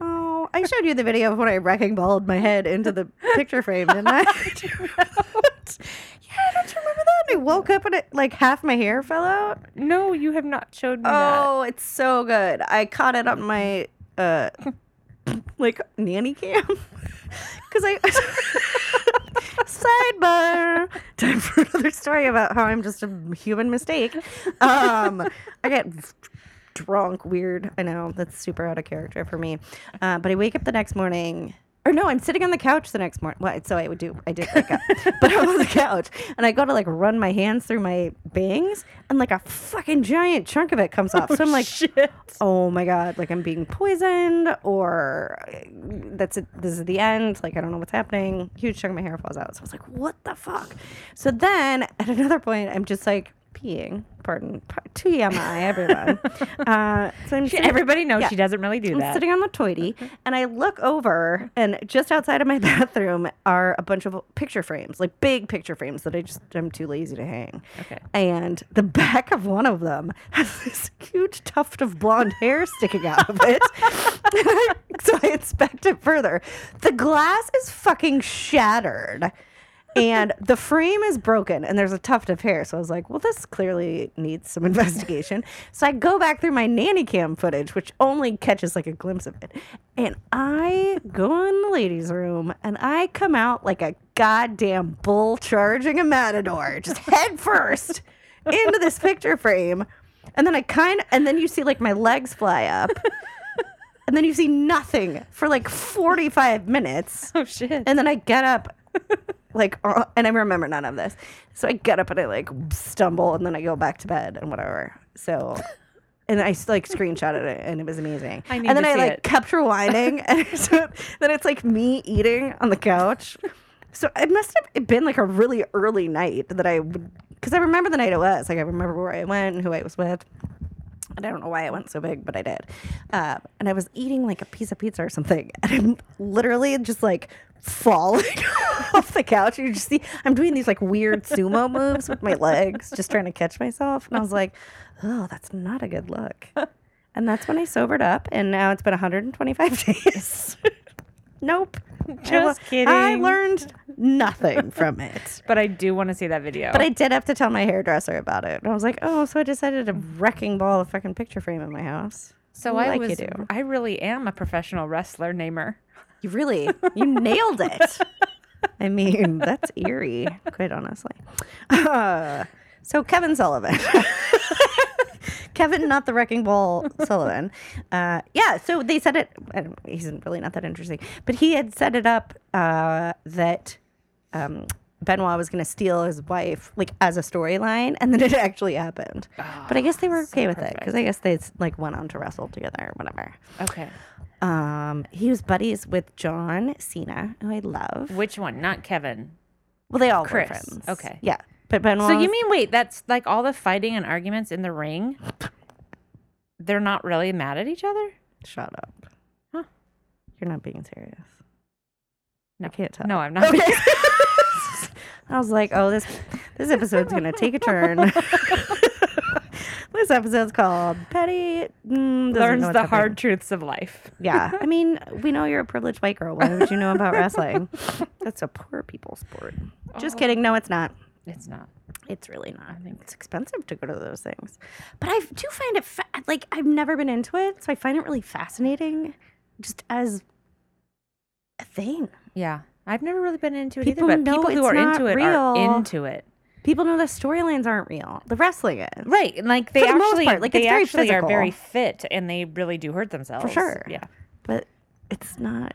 Speaker 3: Oh, I showed you the video of when I wrecking balled my head into the picture frame, didn't I? yeah, don't you remember that? I woke up and it, like half my hair fell out.
Speaker 2: No, you have not showed me that.
Speaker 3: Oh, it's so good. I caught it on my uh like nanny cam. Cause I sidebar. Time for another story about how I'm just a human mistake. Um I get drunk, weird. I know that's super out of character for me. Uh, but I wake up the next morning. Or no, I'm sitting on the couch the next morning. Well, so I would do. I did wake up, but I'm on the couch, and I go to like run my hands through my bangs, and like a fucking giant chunk of it comes off. So I'm like,
Speaker 2: Shit.
Speaker 3: oh my god, like I'm being poisoned, or uh, that's it. This is the end. Like I don't know what's happening. Huge chunk of my hair falls out. So I was like, what the fuck? So then at another point, I'm just like peeing. Pardon, par- TMI, everyone. uh, so I'm sitting-
Speaker 2: Everybody knows
Speaker 3: Yeah.
Speaker 2: she doesn't really do
Speaker 3: I'm
Speaker 2: that.
Speaker 3: sitting on the toity, and I look over, and just outside of my bathroom are a bunch of picture frames, like big picture frames that I just am too lazy to hang.
Speaker 2: Okay.
Speaker 3: And the back of one of them has this huge tuft of blonde hair sticking out of it. so I inspect it further. The glass is fucking shattered. And the frame is broken, and there's a tuft of hair. So I was like, well, this clearly needs some investigation. so I go back through my nanny cam footage, which only catches like a glimpse of it. And I go in the ladies' room, and I come out like a goddamn bull charging a matador, just head first into this picture frame. And then I kind of, and then you see like my legs fly up. And then you see nothing for like 45 minutes.
Speaker 2: Oh, shit.
Speaker 3: And then I get up, like, uh, and I remember none of this. So I get up and I like stumble, and then I go back to bed and whatever. So, and I like screenshotted it, and it was amazing.
Speaker 2: I need
Speaker 3: and then
Speaker 2: to
Speaker 3: I
Speaker 2: see
Speaker 3: like
Speaker 2: it.
Speaker 3: kept rewinding, and so then it's like me eating on the couch. So it must have been like a really early night that I would, because I remember the night it was. Like I remember where I went and who I was with. And I don't know why I went so big, but I did. Um, and I was eating like a piece of pizza or something, and I'm literally just like falling off the couch. You just see I'm doing these like weird sumo moves with my legs, just trying to catch myself. And I was like, "Oh, that's not a good look." And that's when I sobered up, and now it's been 125 days. nope, I
Speaker 2: Just
Speaker 3: I
Speaker 2: kidding.
Speaker 3: learned nothing from it.
Speaker 2: But I do want to see that video.
Speaker 3: But I did have to tell my hairdresser about it. And I was like, oh, so I decided to wrecking ball a fucking picture frame in my house.
Speaker 2: so I
Speaker 3: like
Speaker 2: was.
Speaker 3: you do.
Speaker 2: I really am a professional wrestler namer.
Speaker 3: You really, you nailed it. I mean, that's eerie, quite honestly. Uh, so Kevin Sullivan. Kevin, not the wrecking ball Sullivan. Uh, yeah, so they set it. I don't- He's really not that interesting, but he had set it up uh, that um, Benoit was going to steal his wife, like as a storyline, and then it actually happened. but I guess they were okay with it because I guess they like went on to wrestle together or whatever.
Speaker 2: Okay.
Speaker 3: Um, he was buddies with John Cena, who I love.
Speaker 2: Which one? Not Kevin.
Speaker 3: Well, they all
Speaker 2: Chris.
Speaker 3: were friends.
Speaker 2: Okay.
Speaker 3: Yeah. But Benoit.
Speaker 2: So you
Speaker 3: was-
Speaker 2: mean wait, that's like all the fighting and arguments in the ring? They're not really mad at each other?
Speaker 3: Shut up.
Speaker 2: Huh.
Speaker 3: You're not being serious.
Speaker 2: No.
Speaker 3: I can't tell.
Speaker 2: No, I'm not.
Speaker 3: Okay. I was like, oh, this this episode's gonna take a turn. this episode's called Petty mm, doesn't know
Speaker 2: Learns
Speaker 3: what's
Speaker 2: the
Speaker 3: happening.
Speaker 2: hard truths of life.
Speaker 3: Yeah, I mean, we know you're a privileged white girl. Why would you know about wrestling? That's a poor people sport.
Speaker 2: Oh.
Speaker 3: Just kidding. No, it's not.
Speaker 2: It's not.
Speaker 3: It's really not. I think it's expensive to go to those things. But I do find it fa- like I've never been into it, so I find it really fascinating, just as a thing.
Speaker 2: Yeah. I've never really been into it
Speaker 3: People
Speaker 2: either, but
Speaker 3: know
Speaker 2: people who
Speaker 3: it's
Speaker 2: are
Speaker 3: not
Speaker 2: into it
Speaker 3: real.
Speaker 2: are into it.
Speaker 3: People know the storylines aren't real. The wrestling is
Speaker 2: Right. and, Like they
Speaker 3: the most
Speaker 2: actually
Speaker 3: part, like,
Speaker 2: they
Speaker 3: it's very
Speaker 2: actually are very
Speaker 3: physical.
Speaker 2: fit and they really do hurt themselves.
Speaker 3: sure.
Speaker 2: Yeah.
Speaker 3: but it's not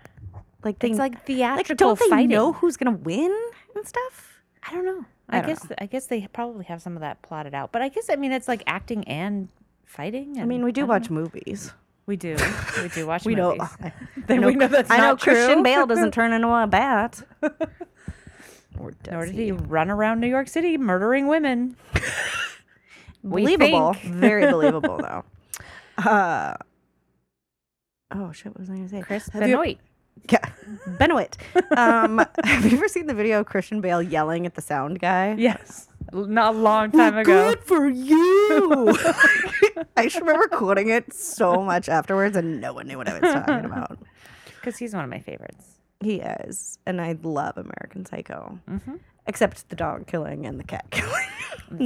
Speaker 3: like they
Speaker 2: It's like
Speaker 3: like
Speaker 2: theatrical
Speaker 3: don't they
Speaker 2: fighting.
Speaker 3: know who's gonna win and stuff.
Speaker 2: I don't know.
Speaker 3: I
Speaker 2: I,
Speaker 3: don't
Speaker 2: guess I guess they probably have some of that plotted out. But I guess I mean it's like acting and fighting.
Speaker 3: I
Speaker 2: and-
Speaker 3: mean, we do
Speaker 2: don't
Speaker 3: watch
Speaker 2: know.
Speaker 3: movies.
Speaker 2: We do. We do watch.
Speaker 3: We know. Oh,
Speaker 2: movies.
Speaker 3: I
Speaker 2: Then we know that's
Speaker 3: I know
Speaker 2: not
Speaker 3: Christian
Speaker 2: true.
Speaker 3: Bale doesn't turn into a bat. Or does
Speaker 2: Nor did he run around New York City murdering women. We
Speaker 3: believable,
Speaker 2: think.
Speaker 3: very believable though. Uh, oh shit, what was I gonna say? Chris
Speaker 2: Benoit.
Speaker 3: yeah, Benoit. Um, have you ever seen the video of Christian Bale yelling at the sound guy?
Speaker 2: Yes. L- Not a long time ago.
Speaker 3: Good for you. I just remember quoting it so much afterwards, and no one knew what I was talking about.
Speaker 2: Because he's one of my favorites.
Speaker 3: He is, and I love American Psycho,
Speaker 2: hmm
Speaker 3: except the dog killing and the cat killing.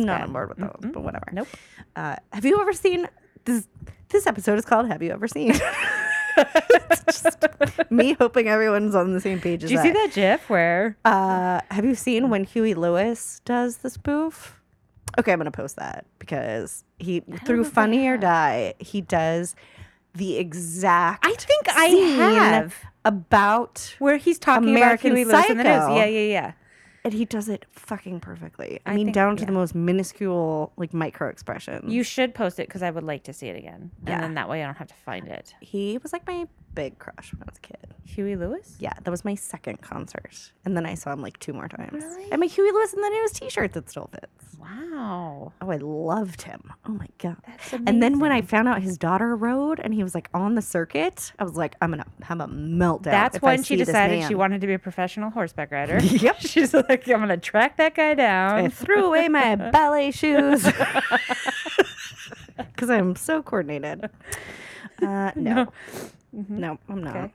Speaker 3: Not on board with those, but whatever.
Speaker 2: Nope.
Speaker 3: Uh, have you ever seen this? This episode is called "Have You Ever Seen?" It's just me hoping everyone's on the same page.
Speaker 2: Did you see that GIF where?
Speaker 3: Uh, have you seen when Huey Lewis does the spoof? Okay, I'm gonna post that because he through Funny or Die he does the exact.
Speaker 2: I think I
Speaker 3: scene
Speaker 2: have.
Speaker 3: about
Speaker 2: Where he's talking
Speaker 3: American
Speaker 2: about Huey Lewis in the news.
Speaker 3: Psycho.
Speaker 2: Yeah, yeah, yeah.
Speaker 3: and he does it fucking perfectly. I,
Speaker 2: I
Speaker 3: mean,
Speaker 2: think-
Speaker 3: down to
Speaker 2: yeah.
Speaker 3: the most minuscule like micro expressions.
Speaker 2: You should post it because I would like to see it again.
Speaker 3: Yeah.
Speaker 2: And then that way I don't have to find it.
Speaker 3: he was like my big crush when I was a kid.
Speaker 2: Huey Lewis?
Speaker 3: Yeah, that was my second concert, and then I saw him like two more times. I'm a Huey Lewis in the News T-shirt that still fits.
Speaker 2: Wow.
Speaker 3: Oh, I loved him. Oh my god.
Speaker 2: That's
Speaker 3: And then when I found out his daughter rode and he was like on the circuit, I was like, I'm gonna have a meltdown.
Speaker 2: That's
Speaker 3: if I
Speaker 2: when she
Speaker 3: see this
Speaker 2: decided she
Speaker 3: man.
Speaker 2: wanted to be a professional horseback rider.
Speaker 3: Yep.
Speaker 2: She's like, I'm going to track that guy
Speaker 3: I
Speaker 2: down.
Speaker 3: threw away my ballet shoes because I'm so coordinated. Uh, no, no, I'm not.
Speaker 2: Mm-hmm. Okay.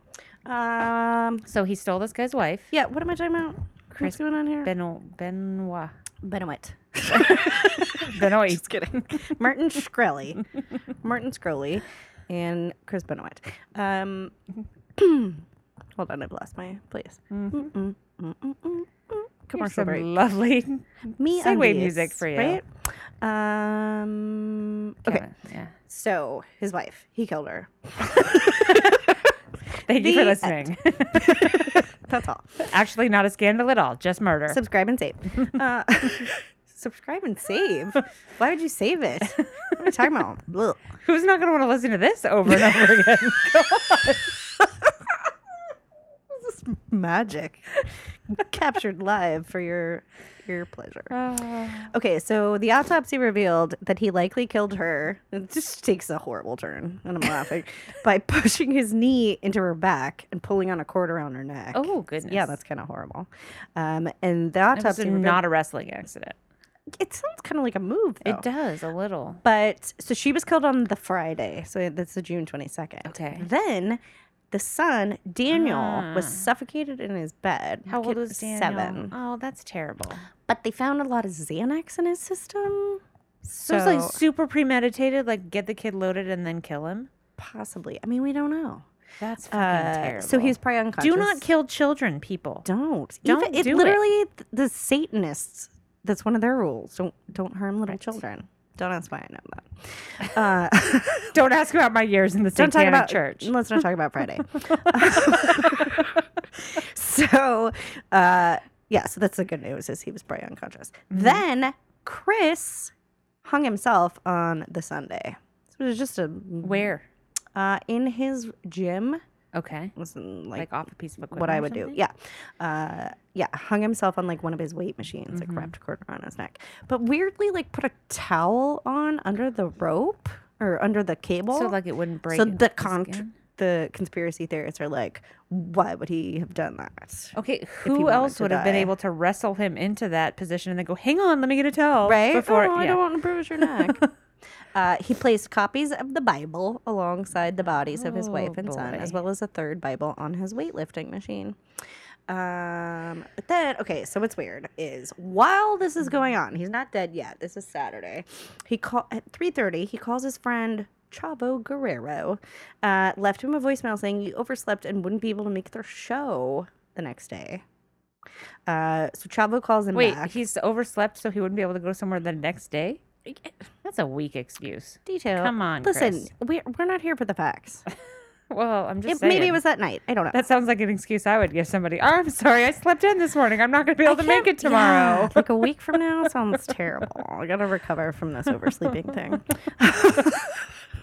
Speaker 3: Um,
Speaker 2: So he stole this guy's wife.
Speaker 3: yeah. What am I talking about? What's
Speaker 2: Chris
Speaker 3: going on here?
Speaker 2: Beno- Benoit.
Speaker 3: Benoit.
Speaker 2: Benoit. Just kidding.
Speaker 3: Martin Shkreli, Martin Shkreli, and Chris Benoit. Um, hold on, I've lost my place.
Speaker 2: Mm-hmm.
Speaker 3: Mm-mm, mm-mm, mm-mm.
Speaker 2: Here's
Speaker 3: Commercial
Speaker 2: some
Speaker 3: break.
Speaker 2: lovely.
Speaker 3: Me
Speaker 2: segue
Speaker 3: undies,
Speaker 2: music for you.
Speaker 3: Right? Um, okay,
Speaker 2: Kevin, Yeah.
Speaker 3: so his wife, he killed her.
Speaker 2: Thank you for
Speaker 3: The
Speaker 2: listening.
Speaker 3: That's all.
Speaker 2: Actually, not a scandal at all. Just murder.
Speaker 3: subscribe and save. Uh, subscribe and save. Why would you save it? What are you talking about? Blech.
Speaker 2: Who's not going to want to listen to this over and over again?
Speaker 3: This is magic captured live for your your pleasure.
Speaker 2: Uh-huh. Oh,
Speaker 3: Okay, so the autopsy revealed that he likely killed her. It just takes a horrible turn, and I'm laughing by pushing his knee into her back and pulling on a cord around her neck.
Speaker 2: oh, goodness.
Speaker 3: yeah, that's kind of horrible. Um, and the
Speaker 2: That was
Speaker 3: autopsy revealed,
Speaker 2: not a wrestling accident.
Speaker 3: it sounds kind of like a move. Though.
Speaker 2: It does, a little.
Speaker 3: But so she was killed on the Friday. So that's the June 22nd.
Speaker 2: Okay.
Speaker 3: Then the son, Daniel, was
Speaker 2: Ah.
Speaker 3: suffocated in his bed.
Speaker 2: How
Speaker 3: Kid
Speaker 2: old was Daniel?
Speaker 3: Seven.
Speaker 2: Oh, that's terrible.
Speaker 3: But they found a lot of Xanax in his system.
Speaker 2: So,
Speaker 3: So,
Speaker 2: it's like super premeditated, like get the kid loaded and then kill him.
Speaker 3: possibly. I mean, we don't know.
Speaker 2: That's fucking
Speaker 3: Uh,
Speaker 2: terrible.
Speaker 3: so he's probably unconscious.
Speaker 2: do not kill children, people.
Speaker 3: Don't.
Speaker 2: Don't
Speaker 3: Even, it
Speaker 2: do it.
Speaker 3: literally th- the Satanists. That's one of their rules. Don't don't harm little
Speaker 2: Right.
Speaker 3: children. Don't ask why I know that. Uh,
Speaker 2: Don't ask about my years in the
Speaker 3: don't
Speaker 2: Satanic
Speaker 3: talk about
Speaker 2: Church.
Speaker 3: Let's not talk about Friday. so, uh, yeah. So that's the good news is he was probably unconscious. Then Chris hung himself on the Sunday. So it was just a
Speaker 2: Where?
Speaker 3: uh, in his gym. It
Speaker 2: Okay.
Speaker 3: was in, like
Speaker 2: Like, off a piece of equipment.
Speaker 3: what I
Speaker 2: or
Speaker 3: would do.
Speaker 2: something?
Speaker 3: Yeah. Uh, yeah. Hung himself on like one of his weight machines, like
Speaker 2: Mm-hmm.
Speaker 3: wrapped a cord around his neck. But weirdly, like put a towel on under the rope or under the cable.
Speaker 2: So like it wouldn't break.
Speaker 3: so
Speaker 2: it-
Speaker 3: the,
Speaker 2: skin?
Speaker 3: con- the conspiracy theorists are like, why would he have done that?
Speaker 2: Okay,
Speaker 3: he
Speaker 2: who
Speaker 3: wanted
Speaker 2: else
Speaker 3: to
Speaker 2: would have been
Speaker 3: die.
Speaker 2: able to wrestle him into that position and then go, "Hang on, let me get a towel."
Speaker 3: Right?
Speaker 2: Before
Speaker 3: oh, I
Speaker 2: yeah.
Speaker 3: don't want to bruise your neck. Uh, he placed copies of the Bible alongside the bodies of his wife
Speaker 2: Oh,
Speaker 3: and son, as
Speaker 2: boy.
Speaker 3: well as a third Bible on his weightlifting machine. Um, but then, okay, so what's weird is while this is going on, he's not dead yet. This is Saturday. He call at three thirty. He calls his friend Chavo Guerrero, uh, left him a voicemail saying you overslept and wouldn't be able to make their show the next day. Uh, so Chavo calls him
Speaker 2: Wait,
Speaker 3: back.
Speaker 2: he's overslept, so he wouldn't be able to go somewhere the next day. That's a weak excuse.
Speaker 3: Detail.
Speaker 2: Come on,
Speaker 3: Listen,
Speaker 2: Chris.
Speaker 3: we're we're not here for the facts.
Speaker 2: Well, I'm just
Speaker 3: It- maybe it
Speaker 2: saying.
Speaker 3: was that night. I don't know.
Speaker 2: That sounds like an excuse I would give somebody. Oh, I'm sorry, I slept in this morning. I'm not going to be
Speaker 3: I
Speaker 2: able to make
Speaker 3: can't-
Speaker 2: it tomorrow.
Speaker 3: yeah, like a week from now sounds terrible. I gotta recover from this oversleeping thing.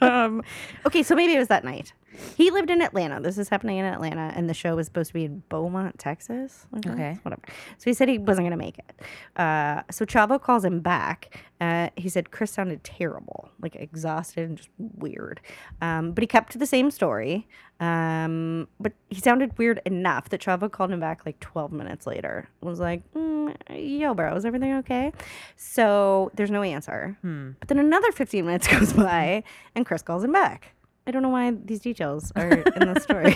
Speaker 3: um, okay, so maybe it was that night. He lived in Atlanta. This is happening in Atlanta, and the show was supposed to be in Beaumont, Texas. I guess,
Speaker 2: Okay.
Speaker 3: whatever. So he said he wasn't gonna make it. Uh, so Chavo calls him back. Uh, he said Chris sounded terrible, like exhausted and just weird. Um, but he kept to the same story. Um, but he sounded weird enough that Chavo called him back like 12 minutes later. Was like, mm, yo, bro, is everything okay? So there's no answer.
Speaker 2: Hmm.
Speaker 3: But then another 15 minutes goes by and Chris calls him back. I don't know why these details are in the story.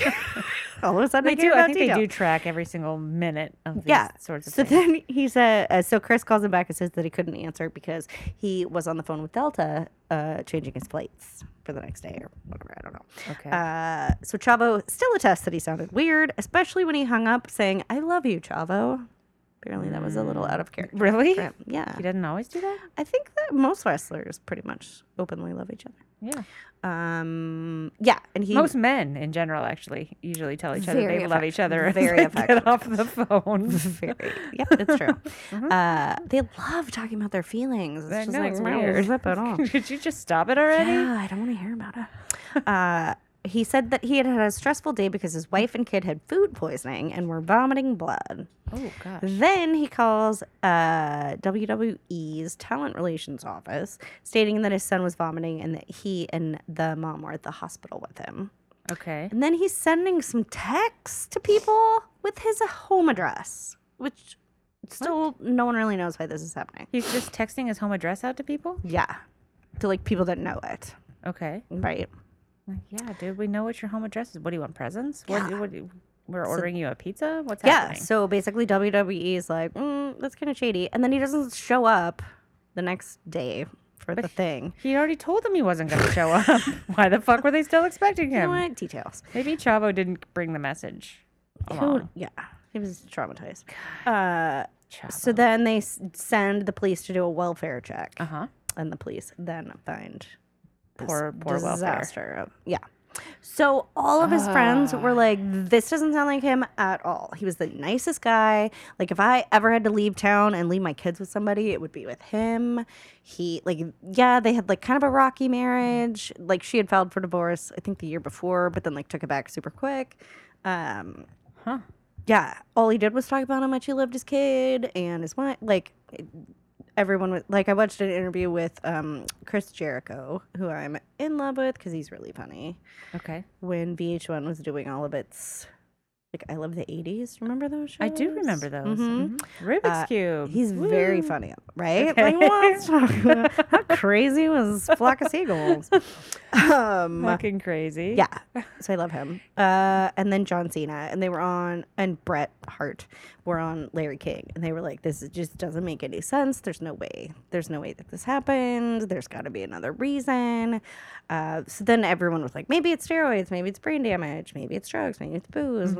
Speaker 3: All of a sudden,
Speaker 2: They
Speaker 3: I
Speaker 2: do.
Speaker 3: care
Speaker 2: I
Speaker 3: about
Speaker 2: think
Speaker 3: detail.
Speaker 2: they do track every single minute of these
Speaker 3: Yeah.
Speaker 2: sorts of
Speaker 3: So
Speaker 2: things.
Speaker 3: then he said, uh, so Chris calls him back and says that he couldn't answer because he was on the phone with Delta uh, changing his flights for the next day or whatever. I don't know.
Speaker 2: Okay.
Speaker 3: Uh, so Chavo still attests that he sounded weird, especially when he hung up saying, I love you, Chavo. Apparently, that was a little out of character.
Speaker 2: Mm, Really?
Speaker 3: for him. Yeah.
Speaker 2: He doesn't always do that.
Speaker 3: I think that most wrestlers pretty much openly love each other.
Speaker 2: Yeah.
Speaker 3: Um, yeah. And he.
Speaker 2: Most men in general actually usually tell each other
Speaker 3: Very
Speaker 2: they love
Speaker 3: affec-
Speaker 2: each other. as
Speaker 3: very
Speaker 2: they
Speaker 3: affectionate.
Speaker 2: Get off the phone.
Speaker 3: very, yeah, it's true.
Speaker 2: Uh-huh.
Speaker 3: uh, they love talking about their feelings. It's
Speaker 2: I
Speaker 3: just
Speaker 2: know,
Speaker 3: like,
Speaker 2: it's
Speaker 3: "Wow,
Speaker 2: weird."
Speaker 3: zip it all.
Speaker 2: Did you just stop it already?
Speaker 3: Yeah, I don't want to hear about it. Uh, he said that he had had a stressful day because his wife and kid had food poisoning and were vomiting blood.
Speaker 2: Oh gosh.
Speaker 3: Then he calls uh, WWE's talent relations office, stating that his son was vomiting and that he and the mom were at the hospital with him.
Speaker 2: Okay.
Speaker 3: And then he's sending some texts to people with his home address, which still no one really knows why this is happening.
Speaker 2: He's just texting his home address out to people.
Speaker 3: Yeah, to like people that know it,
Speaker 2: Okay.
Speaker 3: right?
Speaker 2: Like, Yeah, dude. We know what your home address is. What do you want? Presents? What, what, we're ordering you a pizza. What's
Speaker 3: Yeah.
Speaker 2: happening?
Speaker 3: So basically, WWE is like, mm, that's kind of shady, and then he doesn't show up the next day for the thing.
Speaker 2: He already told them he wasn't going to show up. Why the fuck were they still expecting
Speaker 3: You know
Speaker 2: him?
Speaker 3: what? Details.
Speaker 2: Maybe Chavo didn't bring the message.
Speaker 3: Who-
Speaker 2: along.
Speaker 3: yeah, he was traumatized. Uh,
Speaker 2: Chavo.
Speaker 3: so then they s- send the police to do a welfare check,
Speaker 2: Uh huh.
Speaker 3: and the police then find this
Speaker 2: Poor, poor welfare.
Speaker 3: disaster. of- Yeah. So all of his friends
Speaker 2: Ah.
Speaker 3: were like, "This doesn't sound like him at all. He was the nicest guy. Like if I ever had to leave town and leave my kids with somebody, it would be with him. He like yeah, they had like kind of a rocky marriage. Like she had filed for divorce, I think the year before, but then like took it back super quick. Um,
Speaker 2: Huh.
Speaker 3: yeah, all he did was talk about how much he loved his kid and his wife. Like it- everyone was like, I watched an interview with um, Chris Jericho, who I'm in love with because he's really funny.
Speaker 2: Okay.
Speaker 3: When VH1 was doing all of its, like, I love the '80s. Remember those? Shows?
Speaker 2: I do remember those.
Speaker 3: Mhm.
Speaker 2: Mhm. Rubik's
Speaker 3: Uh,
Speaker 2: Cube.
Speaker 3: He's very
Speaker 2: Woo.
Speaker 3: funny, right?
Speaker 2: Okay.
Speaker 3: Like, what? how crazy was Flock of Seagulls? Um,
Speaker 2: Fucking crazy.
Speaker 3: Yeah. So I love him. Uh, and then John Cena, and they were on, and Bret Hart were on Larry King, and they were like, "This is, just doesn't make any sense. There's no way. There's no way that this happened. There's got to be another reason." Uh, so then everyone was like, "Maybe it's steroids. Maybe it's brain damage. Maybe it's drugs. Maybe it's booze."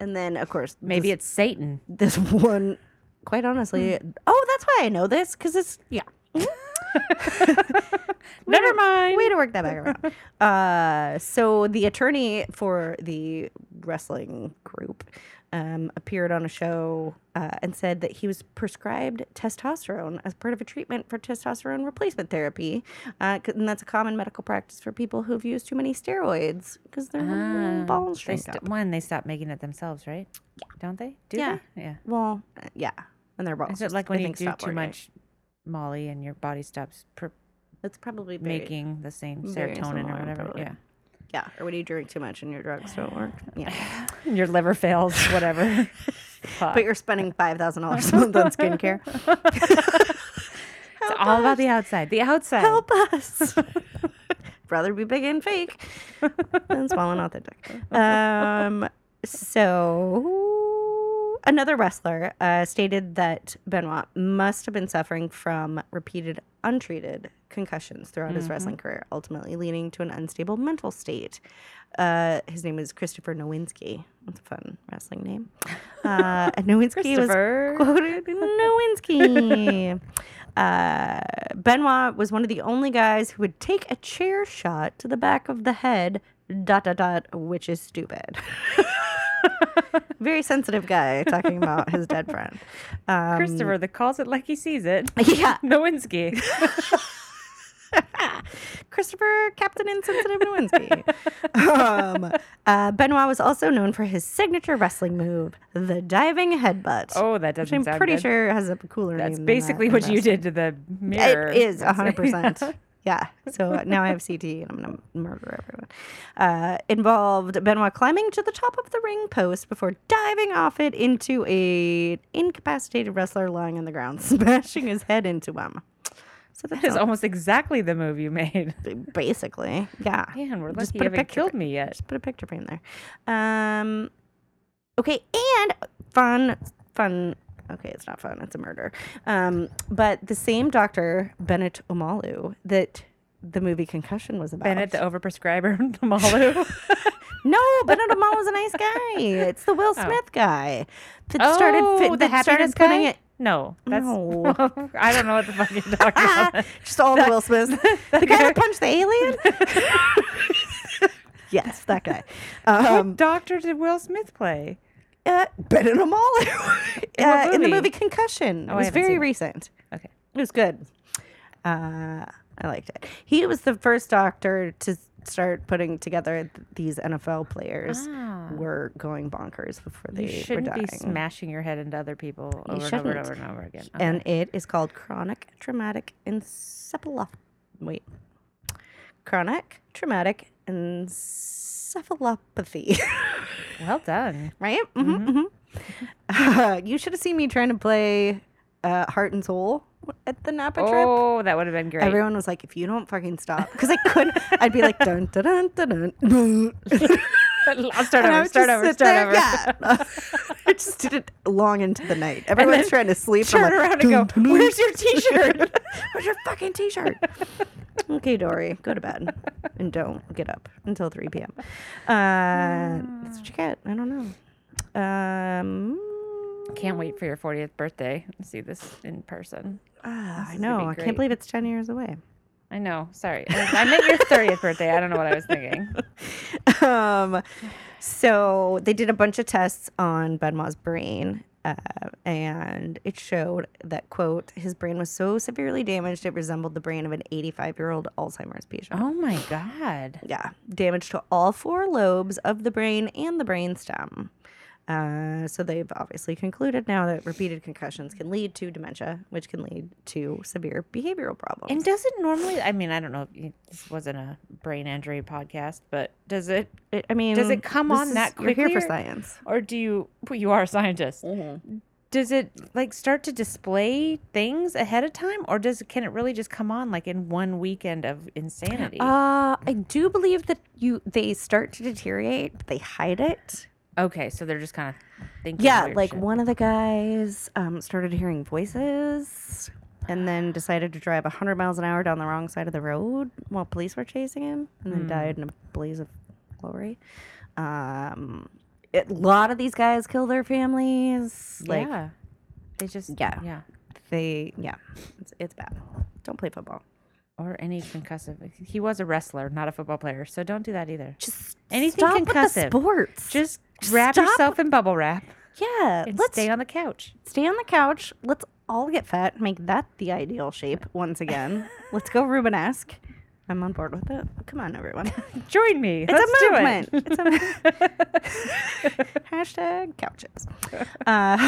Speaker 3: And then, of course,
Speaker 2: Mm-hmm. Maybe
Speaker 3: this-
Speaker 2: it's Hmm. Satan.
Speaker 3: this one quite honestly oh that's why i know this because it's yeah
Speaker 2: Never mind.
Speaker 3: way to work that back around uh so the attorney for the wrestling group um, appeared on a show uh, and said that he was prescribed testosterone as part of a treatment for testosterone replacement therapy uh, 'cause- and that's a common medical practice for people who've used too many steroids because their
Speaker 2: Ah,
Speaker 3: balls
Speaker 2: they
Speaker 3: shrink
Speaker 2: sto-
Speaker 3: up.
Speaker 2: when they stop making it themselves, right? Yeah. Don't they? Do
Speaker 3: Yeah.
Speaker 2: they? Yeah.
Speaker 3: well uh, yeah and their balls
Speaker 2: Is it
Speaker 3: just,
Speaker 2: like
Speaker 3: I
Speaker 2: when you
Speaker 3: think,
Speaker 2: do
Speaker 3: stop
Speaker 2: too
Speaker 3: working.
Speaker 2: much Molly and your body stops pr-
Speaker 3: that's probably very-
Speaker 2: making the same
Speaker 3: very
Speaker 2: serotonin
Speaker 3: similar,
Speaker 2: or whatever?
Speaker 3: probably.
Speaker 2: Yeah.
Speaker 3: Yeah, or when you drink too much and your drugs don't work. Yeah,
Speaker 2: Your liver fails, whatever. Fuck.
Speaker 3: but you're spending five thousand dollars a month on skincare.
Speaker 2: it's all about the outside. The outside.
Speaker 3: Help us! Rather be big and fake than swallowing out the dick. Um, so another wrestler uh, stated that Benoit must have been suffering from repeated untreated concussions throughout his wrestling career, ultimately leading to an unstable mental state. Uh, his name is Christopher Nowinski. That's a fun wrestling name. Uh, and Nowinski was
Speaker 2: Christopher.
Speaker 3: quoted Nowinski. uh, Benoit was one of the only guys who would take a chair shot to the back of the head, dot, dot, dot, which is stupid. Very sensitive guy talking about his dead friend. Um,
Speaker 2: Christopher that calls it like he sees it.
Speaker 3: Yeah.
Speaker 2: Nowinski.
Speaker 3: Christopher Captain Insensitive Nowinski. um, uh, Benoit was also known for his signature wrestling move, the diving headbutt.
Speaker 2: Oh, that doesn't
Speaker 3: which I'm
Speaker 2: sound
Speaker 3: pretty
Speaker 2: good.
Speaker 3: sure has a cooler name.
Speaker 2: That's
Speaker 3: than that
Speaker 2: basically
Speaker 3: in
Speaker 2: what you
Speaker 3: wrestling.
Speaker 2: did to the mirror.
Speaker 3: It is
Speaker 2: That's-
Speaker 3: 100%. yeah. So now I have CT and I'm going to murder everyone. Uh, involved Benoit climbing to the top of the ring post before diving off it into a incapacitated wrestler lying on the ground, smashing his head into him. So
Speaker 2: That is almost exactly the move you made.
Speaker 3: basically, yeah.
Speaker 2: Man, we're lucky
Speaker 3: Just
Speaker 2: you
Speaker 3: put a
Speaker 2: haven't
Speaker 3: picture
Speaker 2: killed me yet.
Speaker 3: Just put a picture frame there. Um, okay, and fun, fun. Okay, it's not fun. It's a murder. Um, but the same doctor Bennett Omalu that the movie Concussion was about.
Speaker 2: Bennett, the overprescriber, Malu.
Speaker 3: no, Bennett Omalu's a nice guy. It's the Will Smith guy that started
Speaker 2: oh,
Speaker 3: fi-
Speaker 2: the
Speaker 3: that started
Speaker 2: happiness
Speaker 3: putting
Speaker 2: guy?
Speaker 3: it.
Speaker 2: No, that's
Speaker 3: No.
Speaker 2: I don't know what the fuck you're talking
Speaker 3: Ah,
Speaker 2: about.
Speaker 3: just all the Will Smiths. the guy that punched the alien. yes, that guy. Um,
Speaker 2: What doctor did Will Smith play?
Speaker 3: uh, Bennett Amalu
Speaker 2: In what
Speaker 3: uh, in the movie
Speaker 2: movie?
Speaker 3: Concussion.
Speaker 2: Oh, I
Speaker 3: it was
Speaker 2: haven't
Speaker 3: very
Speaker 2: seen it.
Speaker 3: recent.
Speaker 2: Okay.
Speaker 3: It was good. Uh, I liked it. He was the first doctor to start putting together th- these NFL players
Speaker 2: Ah.
Speaker 3: were going bonkers before they
Speaker 2: You shouldn't
Speaker 3: were dying.
Speaker 2: be smashing your head into other people
Speaker 3: You
Speaker 2: over and over and
Speaker 3: shouldn't.
Speaker 2: over and over again. Okay.
Speaker 3: and it is called chronic traumatic encephalopathy. Wait, chronic traumatic encephalopathy.
Speaker 2: well done.
Speaker 3: right? hmm you should have seen me trying to play uh, Heart and Soul at the Napa trip.
Speaker 2: Oh, that would have been great.
Speaker 3: Everyone was like, "If you don't fucking stop," because I couldn't. I'd be like, "Dun dun dun dun dun." dun.
Speaker 2: I'll start
Speaker 3: And I
Speaker 2: over.
Speaker 3: would
Speaker 2: Start
Speaker 3: just
Speaker 2: over.
Speaker 3: sit there,
Speaker 2: Start over.
Speaker 3: Yeah. I just did it long into the night. Everyone's trying to sleep. I'm
Speaker 2: Turn
Speaker 3: like,
Speaker 2: around and
Speaker 3: "Dun,
Speaker 2: go.
Speaker 3: dun, dun."
Speaker 2: Where's your T-shirt?
Speaker 3: Where's your fucking t-shirt? okay, Dory, go to bed and don't get up until 3 p.m.
Speaker 2: Ah.
Speaker 3: Uh, that's what you get. I don't know. Um,
Speaker 2: Can't wait for your 40th birthday and see this in person.
Speaker 3: ah, I
Speaker 2: is gonna
Speaker 3: know.
Speaker 2: be
Speaker 3: I
Speaker 2: great.
Speaker 3: can't believe it's 10 years away.
Speaker 2: I know. Sorry, I, I meant your 30th birthday. I don't know what I was thinking.
Speaker 3: um, so they did a bunch of tests on Benoit's brain, uh, and it showed that quote his brain was so severely damaged it resembled the brain of an 85 year old Alzheimer's patient.
Speaker 2: Oh my god.
Speaker 3: Yeah, damage to all four lobes of the brain and the brain stem. Uh, so they've obviously concluded now that repeated concussions can lead to dementia, which can lead to severe behavioral problems.
Speaker 2: And does it normally? I mean, I don't know. if you- This wasn't a brain injury podcast, but does it,
Speaker 3: I- I mean,
Speaker 2: it come
Speaker 3: this
Speaker 2: on
Speaker 3: is-
Speaker 2: that
Speaker 3: You're here
Speaker 2: quickly
Speaker 3: for
Speaker 2: or-
Speaker 3: science. Mm-hmm.
Speaker 2: or do you? Well, you are a scientist. does it like start to display things ahead of time or does can it really just come on like in one weekend of insanity?
Speaker 3: Uh, I do believe that you they start to deteriorate, but they hide it.
Speaker 2: okay, so they're just kind of thinking
Speaker 3: Yeah,
Speaker 2: weird
Speaker 3: like
Speaker 2: shit.
Speaker 3: one of the guys um, started hearing voices and then decided to drive 100 miles an hour down the wrong side of the road while police were chasing him and then died in a blaze of glory. Um, it- a lot of these guys kill their families. Like,
Speaker 2: yeah. They just
Speaker 3: Yeah.
Speaker 2: yeah.
Speaker 3: they, yeah, it's, it's bad. Don't play football.
Speaker 2: Or any concussive. He was a wrestler, not a football player, so don't do that either.
Speaker 3: Just
Speaker 2: Anything
Speaker 3: stop with
Speaker 2: concussive.
Speaker 3: the sports.
Speaker 2: Just
Speaker 3: Just
Speaker 2: wrap
Speaker 3: stop.
Speaker 2: yourself in bubble wrap
Speaker 3: yeah,
Speaker 2: and
Speaker 3: let's
Speaker 2: stay on the couch.
Speaker 3: stay on the couch. Let's all get fat. Make that the ideal shape once again. Let's go Rubenesque. I'm on board with it. Come on, everyone.
Speaker 2: Join me.
Speaker 3: It's
Speaker 2: Let's
Speaker 3: a
Speaker 2: do it.
Speaker 3: movement. It's a hashtag couches. Um,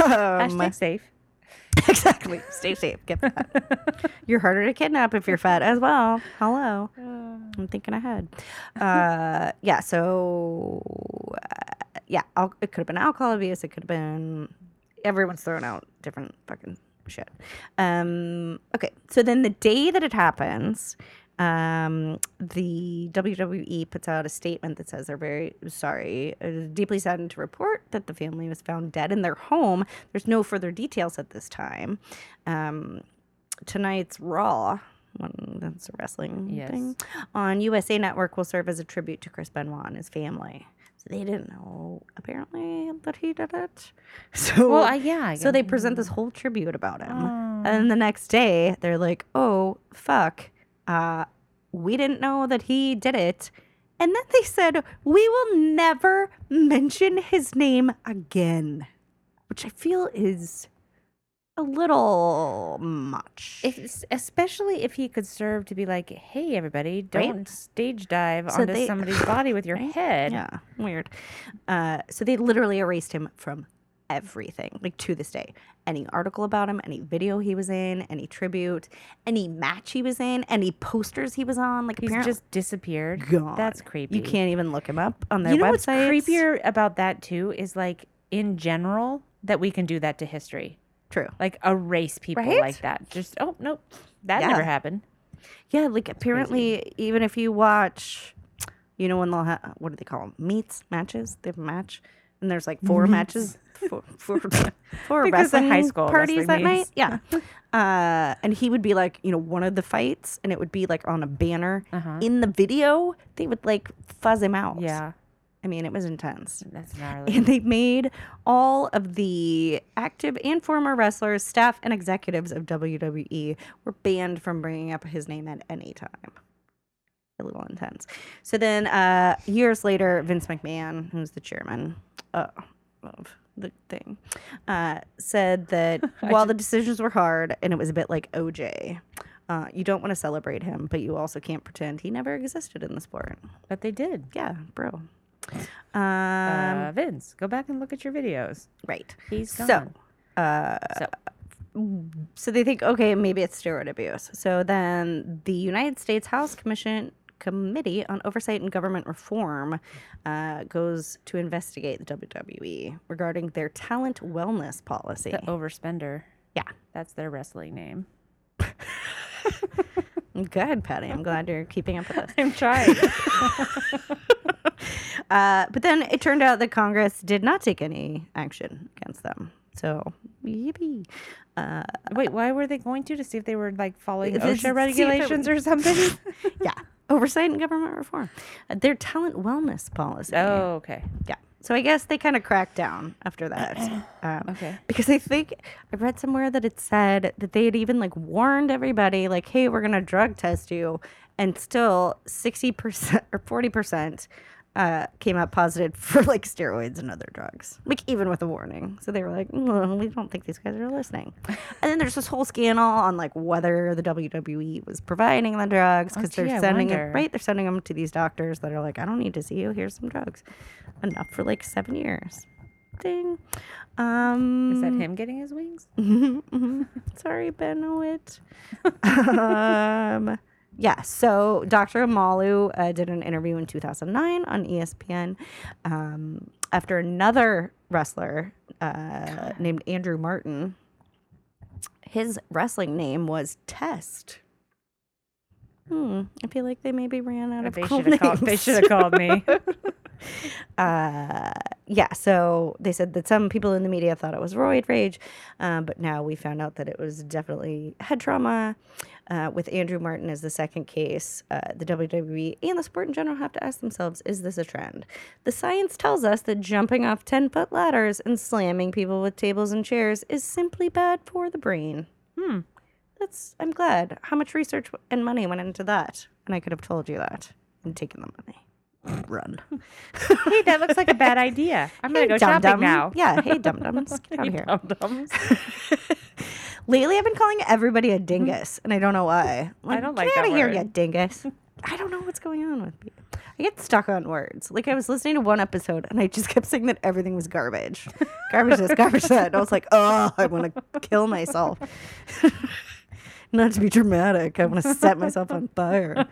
Speaker 2: Hashtag safe.
Speaker 3: exactly. Stay safe. Get fat. You're harder to kidnap if you're fat as well. Hello. I'm thinking ahead. Uh, yeah. So uh, yeah, al- it could have been alcohol abuse. It could have been everyone's throwing out different fucking shit. Um, okay. So then the day that it happens. Um, the WWE puts out a statement that says they're very sorry, uh, deeply saddened to report that the family was found dead in their home. There's no further details at this time. Um, tonight's Raw, when that's a wrestling
Speaker 2: Yes.
Speaker 3: thing, on USA Network will serve as a tribute to Chris Benoit and his family. So they didn't know apparently that he did it. So
Speaker 2: Well, I, yeah. I
Speaker 3: so they
Speaker 2: guess.
Speaker 3: present this whole tribute about him.
Speaker 2: Oh.
Speaker 3: And the next day, they're like, oh, fuck. Uh, we didn't know that he did it. And then they said, we will never mention his name again, which I feel is a little much.
Speaker 2: If, s- especially if he could serve to be like, hey, everybody,
Speaker 3: Right?
Speaker 2: don't stage dive
Speaker 3: So
Speaker 2: onto
Speaker 3: they-
Speaker 2: somebody's body with your head.
Speaker 3: yeah, weird. Uh, so they literally erased him from everything, like to this day. Any article about him, any video he was in, any tribute, any match he was in, any posters he was on. Like
Speaker 2: He's
Speaker 3: apparently
Speaker 2: just disappeared.
Speaker 3: gone.
Speaker 2: That's creepy.
Speaker 3: You can't even look him up on their
Speaker 2: You know what's
Speaker 3: website.
Speaker 2: creepier about that too is like in general that we can do that to history,
Speaker 3: True.
Speaker 2: like erase people
Speaker 3: Right?
Speaker 2: like that. Just oh nope, that
Speaker 3: Yeah.
Speaker 2: never happened.
Speaker 3: Yeah, like apparently, even if you watch, you know, when they'll have what do they call them? Meets, matches. They have a match, and there's like four matches, four, four, four
Speaker 2: think there's a
Speaker 3: wrestling
Speaker 2: high school
Speaker 3: parties that
Speaker 2: wrestling
Speaker 3: night.
Speaker 2: meets.
Speaker 3: Yeah, uh, and he would be like, you know, one of the fights, and it would be like on a banner
Speaker 2: Uh-huh.
Speaker 3: in the video. They would like fuzz him out.
Speaker 2: Yeah,
Speaker 3: I mean, it was intense.
Speaker 2: that's gnarly.
Speaker 3: And they made all of the active and former wrestlers, staff, and executives of WWE were banned from bringing up his name at any time. A little intense. So then, uh, years later, Vince McMahon, who's the chairman uh, of the thing, uh, said that while the decisions were hard and it was a bit like OJ, uh, you don't want to celebrate him, but you also can't pretend he never existed in the sport.
Speaker 2: but they did.
Speaker 3: Yeah, bro. Um,
Speaker 2: uh, Vince, go back and look at your videos.
Speaker 3: right.
Speaker 2: He's gone.
Speaker 3: So, uh, so they think, okay, maybe it's steroid abuse. So then the United States House Commission Committee on Oversight and Government Reform uh, goes to investigate the WWE regarding their talent wellness policy.
Speaker 2: the overspender.
Speaker 3: yeah.
Speaker 2: That's their wrestling name.
Speaker 3: Good, Patty. I'm glad you're keeping up with us.
Speaker 2: I'm trying.
Speaker 3: Uh, but then it turned out that Congress did not take any action against them. So, yippee. Uh,
Speaker 2: Wait, why were they going to to see if they were like following
Speaker 3: Let's see if
Speaker 2: OSHA
Speaker 3: it
Speaker 2: regulations or something?
Speaker 3: yeah. Oversight and government reform. Uh, Their talent wellness policy.
Speaker 2: oh, okay.
Speaker 3: Yeah. So I guess they kind of cracked down after that. Um,
Speaker 2: Okay.
Speaker 3: Because I think I read somewhere that it said that they had even like warned everybody, like, hey, we're going to drug test you. And still 60% or 40% uh, came out positive for like steroids and other drugs, like even with a warning. So they were like, "Mm, we don't think these guys are listening. and then there's this whole scandal on like whether the WWE was providing the drugs because
Speaker 2: Oh,
Speaker 3: they're
Speaker 2: gee, I
Speaker 3: sending it
Speaker 2: wonder.
Speaker 3: right. They're sending them to these doctors that are like, I don't need to see you. Here's some drugs, enough for like seven years. Ding. Um,
Speaker 2: Is that him getting his wings?
Speaker 3: Mhm, mhm. Sorry, Benoit. um, Yeah, so Dr. Malu uh, did an interview in 2009 on E ESPN um, after another wrestler uh, named Andrew Martin. His wrestling name was Test. Hmm, I feel like they maybe ran out of
Speaker 2: They
Speaker 3: cool
Speaker 2: should have called. They
Speaker 3: names.
Speaker 2: should have called me.
Speaker 3: Uh, yeah, so they said that some people in the media thought it was roid rage, um, but now we found out that it was definitely head trauma. Uh, with Andrew Martin as the second case, uh, the WWE and the sport in general have to ask themselves is this a trend? The science tells us that jumping off 10 foot ladders and slamming people with tables and chairs is simply bad for the brain.
Speaker 2: Hmm.
Speaker 3: That's, I'm glad. How much research and money went into that? And I could have told you that and taken the money. Run.
Speaker 2: Hey, that looks like a bad idea. I'm gonna go shopping
Speaker 3: dum-dum.
Speaker 2: now.
Speaker 3: Yeah, hey dum dums, get out of here.
Speaker 2: Dum-dums.
Speaker 3: Lately, I've been calling everybody a dingus, and I don't know why. Like,
Speaker 2: Mm-hmm. don't
Speaker 3: get
Speaker 2: like
Speaker 3: out
Speaker 2: that
Speaker 3: of here,
Speaker 2: word."
Speaker 3: you dingus. I don't know what's going on with me. I get stuck on words. Like I was listening to one episode, and I just kept saying that everything was garbage, garbage this, garbage that. And I was like, oh, I want to kill myself. Not to be dramatic, I want to set myself on fire.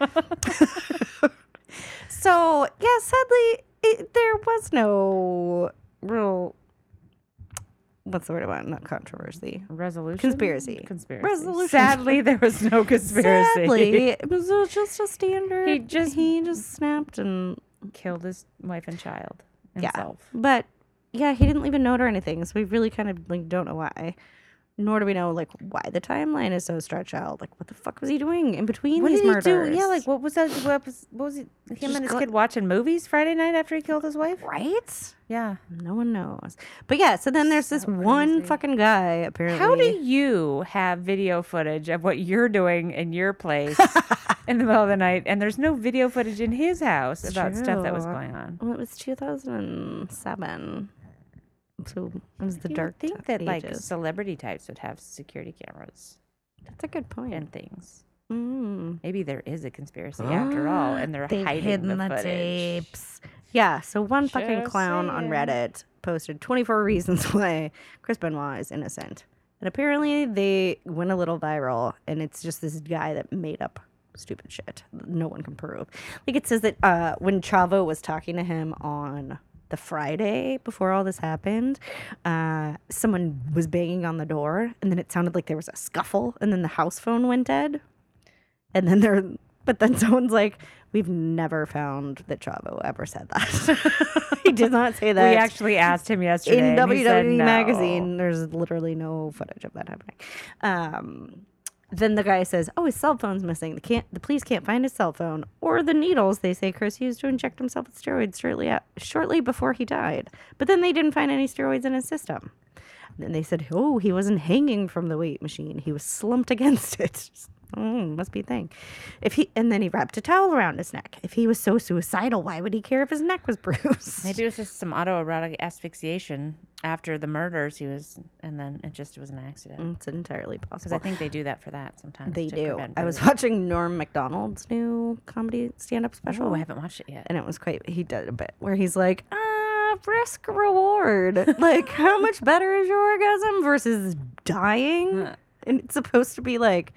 Speaker 3: so yeah, sadly, it, there was no real. What's the word I want? Not controversy.
Speaker 2: Resolution.
Speaker 3: Conspiracy.
Speaker 2: Conspiracy.
Speaker 3: Resolution.
Speaker 2: Sadly, there was no conspiracy.
Speaker 3: Sadly, it was uh, just a standard.
Speaker 2: He just-
Speaker 3: he just snapped and
Speaker 2: Killed his wife and child.
Speaker 3: yeah.
Speaker 2: Himself.
Speaker 3: But yeah, he didn't leave a note or anything, so we really kind of like don't know why. Nor do we know like why the timeline is so stretched out. Like what the fuck was he doing in between
Speaker 2: What
Speaker 3: these
Speaker 2: did he
Speaker 3: murders?
Speaker 2: do? Yeah, like what was that? What was, what was he, him
Speaker 3: Just
Speaker 2: and his
Speaker 3: go-
Speaker 2: kid watching movies Friday night after he killed his wife?
Speaker 3: right?
Speaker 2: Yeah.
Speaker 3: No one knows. But yeah, so then there's this one fucking guy apparently.
Speaker 2: How do you have video footage of what you're doing in your place in the middle of the night, and there's no video footage in his house about stuff that was
Speaker 3: true.
Speaker 2: going on?
Speaker 3: Well, Oh, it was 2007. So it was the
Speaker 2: You would
Speaker 3: dark
Speaker 2: think that like
Speaker 3: ages.
Speaker 2: celebrity types would have security cameras
Speaker 3: That's a good point.
Speaker 2: and things.
Speaker 3: Mm.
Speaker 2: Maybe there is a conspiracy after all, and they're
Speaker 3: They've
Speaker 2: hiding the,
Speaker 3: hidden the,
Speaker 2: footage.
Speaker 3: tapes. Yeah, so one fucking
Speaker 2: Just
Speaker 3: clown on
Speaker 2: saying.
Speaker 3: Reddit posted 24 reasons why Chris Benoit is innocent. And apparently they went a little viral, and it's just this guy that made up stupid shit that no one can prove. Like it says that uh, when Chavo was talking to him on the Friday before all this happened, uh, someone was banging on the door, and then it sounded like there was a scuffle, and then the house phone went dead. And then they're, but then someone's like, we've never found that Chavo ever said that. he did not say that.
Speaker 2: We actually asked him yesterday
Speaker 3: in
Speaker 2: and he
Speaker 3: WWE
Speaker 2: said no.
Speaker 3: magazine, there's literally no footage of that happening. Um, then the guy says, "Oh, his cell phone's missing. The can't the police can't find his cell phone or the needles they say Chris used to inject himself with steroids shortly a- shortly before he died. But then they didn't find any steroids in his system." Then they said, "Oh, he wasn't hanging from the weight machine. He was slumped against it." Mm, must be a thing. If he and then he wrapped a towel around his neck. If he was so suicidal, why would he care if his neck was bruised?
Speaker 2: Maybe it was just some autoerotic asphyxiation after the murders. He was, and then it just was an accident.
Speaker 3: It's entirely possible.
Speaker 2: Because I think they do that for that sometimes.
Speaker 3: They
Speaker 2: to
Speaker 3: do.
Speaker 2: prevent
Speaker 3: I was
Speaker 2: bruising.
Speaker 3: watching Norm Macdonald's new comedy stand up special.
Speaker 2: Oh, I haven't watched it yet.
Speaker 3: and it was quite, he did a bit where he's like, ah, risk reward. like, how much better is your orgasm versus dying?
Speaker 2: Huh.
Speaker 3: And it's supposed to be like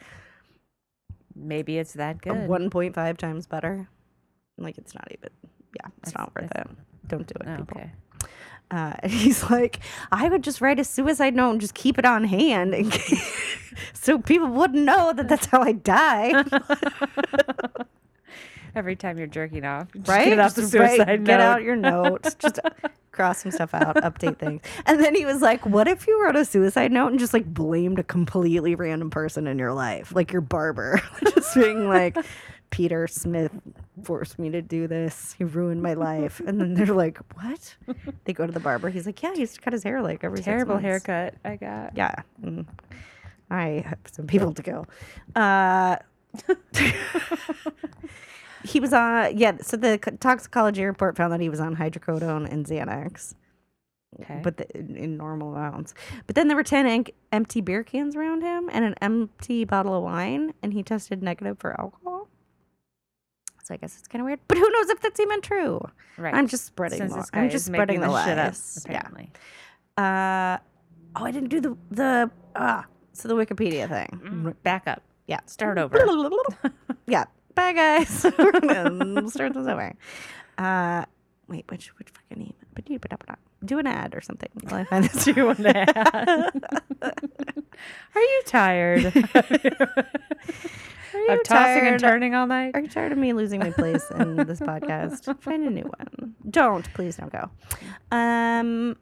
Speaker 2: Maybe it's that
Speaker 3: a
Speaker 2: good.
Speaker 3: 1.5 times better. Like, it's not even, yeah, it's
Speaker 2: That's-
Speaker 3: not worth it. Don't do it,
Speaker 2: Oh,
Speaker 3: people.
Speaker 2: okay.
Speaker 3: Uh, and he's like, I would just write a suicide note and just keep it on hand in case, so people wouldn't know that that's how I die.
Speaker 2: Every time you're jerking off, just
Speaker 3: right?
Speaker 2: Get out the
Speaker 3: Just write-
Speaker 2: suicide
Speaker 3: Get
Speaker 2: note.
Speaker 3: out your notes. Just cross some stuff out, update things. And then he was like, "What if you wrote a suicide note and just like blamed a completely random person in your life, like your barber, just being like." Peter Smith forced me to do this. He ruined my life. And then they're like, "What?" They go to the barber. He's like, "Yeah, he used to cut his hair like every six
Speaker 2: Terrible
Speaker 3: months."
Speaker 2: haircut I got.
Speaker 3: Yeah, mm. I have some people to go. Uh, he was on yeah so the c- toxicology report found that he was on hydrocodone and xanax
Speaker 2: Okay.
Speaker 3: but the, in, in normal amounts but then there were 10 en- empty beer cans around him and an empty bottle of wine and he tested negative for alcohol so i guess it's kind of weird but who knows if that's even true
Speaker 2: right.
Speaker 3: i'm just spreading
Speaker 2: Since
Speaker 3: the,
Speaker 2: this guy
Speaker 3: i'm
Speaker 2: is
Speaker 3: just
Speaker 2: making
Speaker 3: spreading the
Speaker 2: this
Speaker 3: lies
Speaker 2: shit up,
Speaker 3: yeah
Speaker 2: apparently.
Speaker 3: uh, oh i didn't do the the uh, so the wikipedia thing
Speaker 2: Back up.
Speaker 3: yeah
Speaker 2: Start Mm-hmm. over.
Speaker 3: yeah bye guys. We're gonna start this over. Uh, wait, which which fucking name? But you do an ad or something. While I find this new one.
Speaker 2: Are you tired?
Speaker 3: Are you
Speaker 2: of tossing
Speaker 3: tired?
Speaker 2: and turning all night?
Speaker 3: Are you tired of me losing my place in this podcast? Find a new one. Don't please don't go. Um,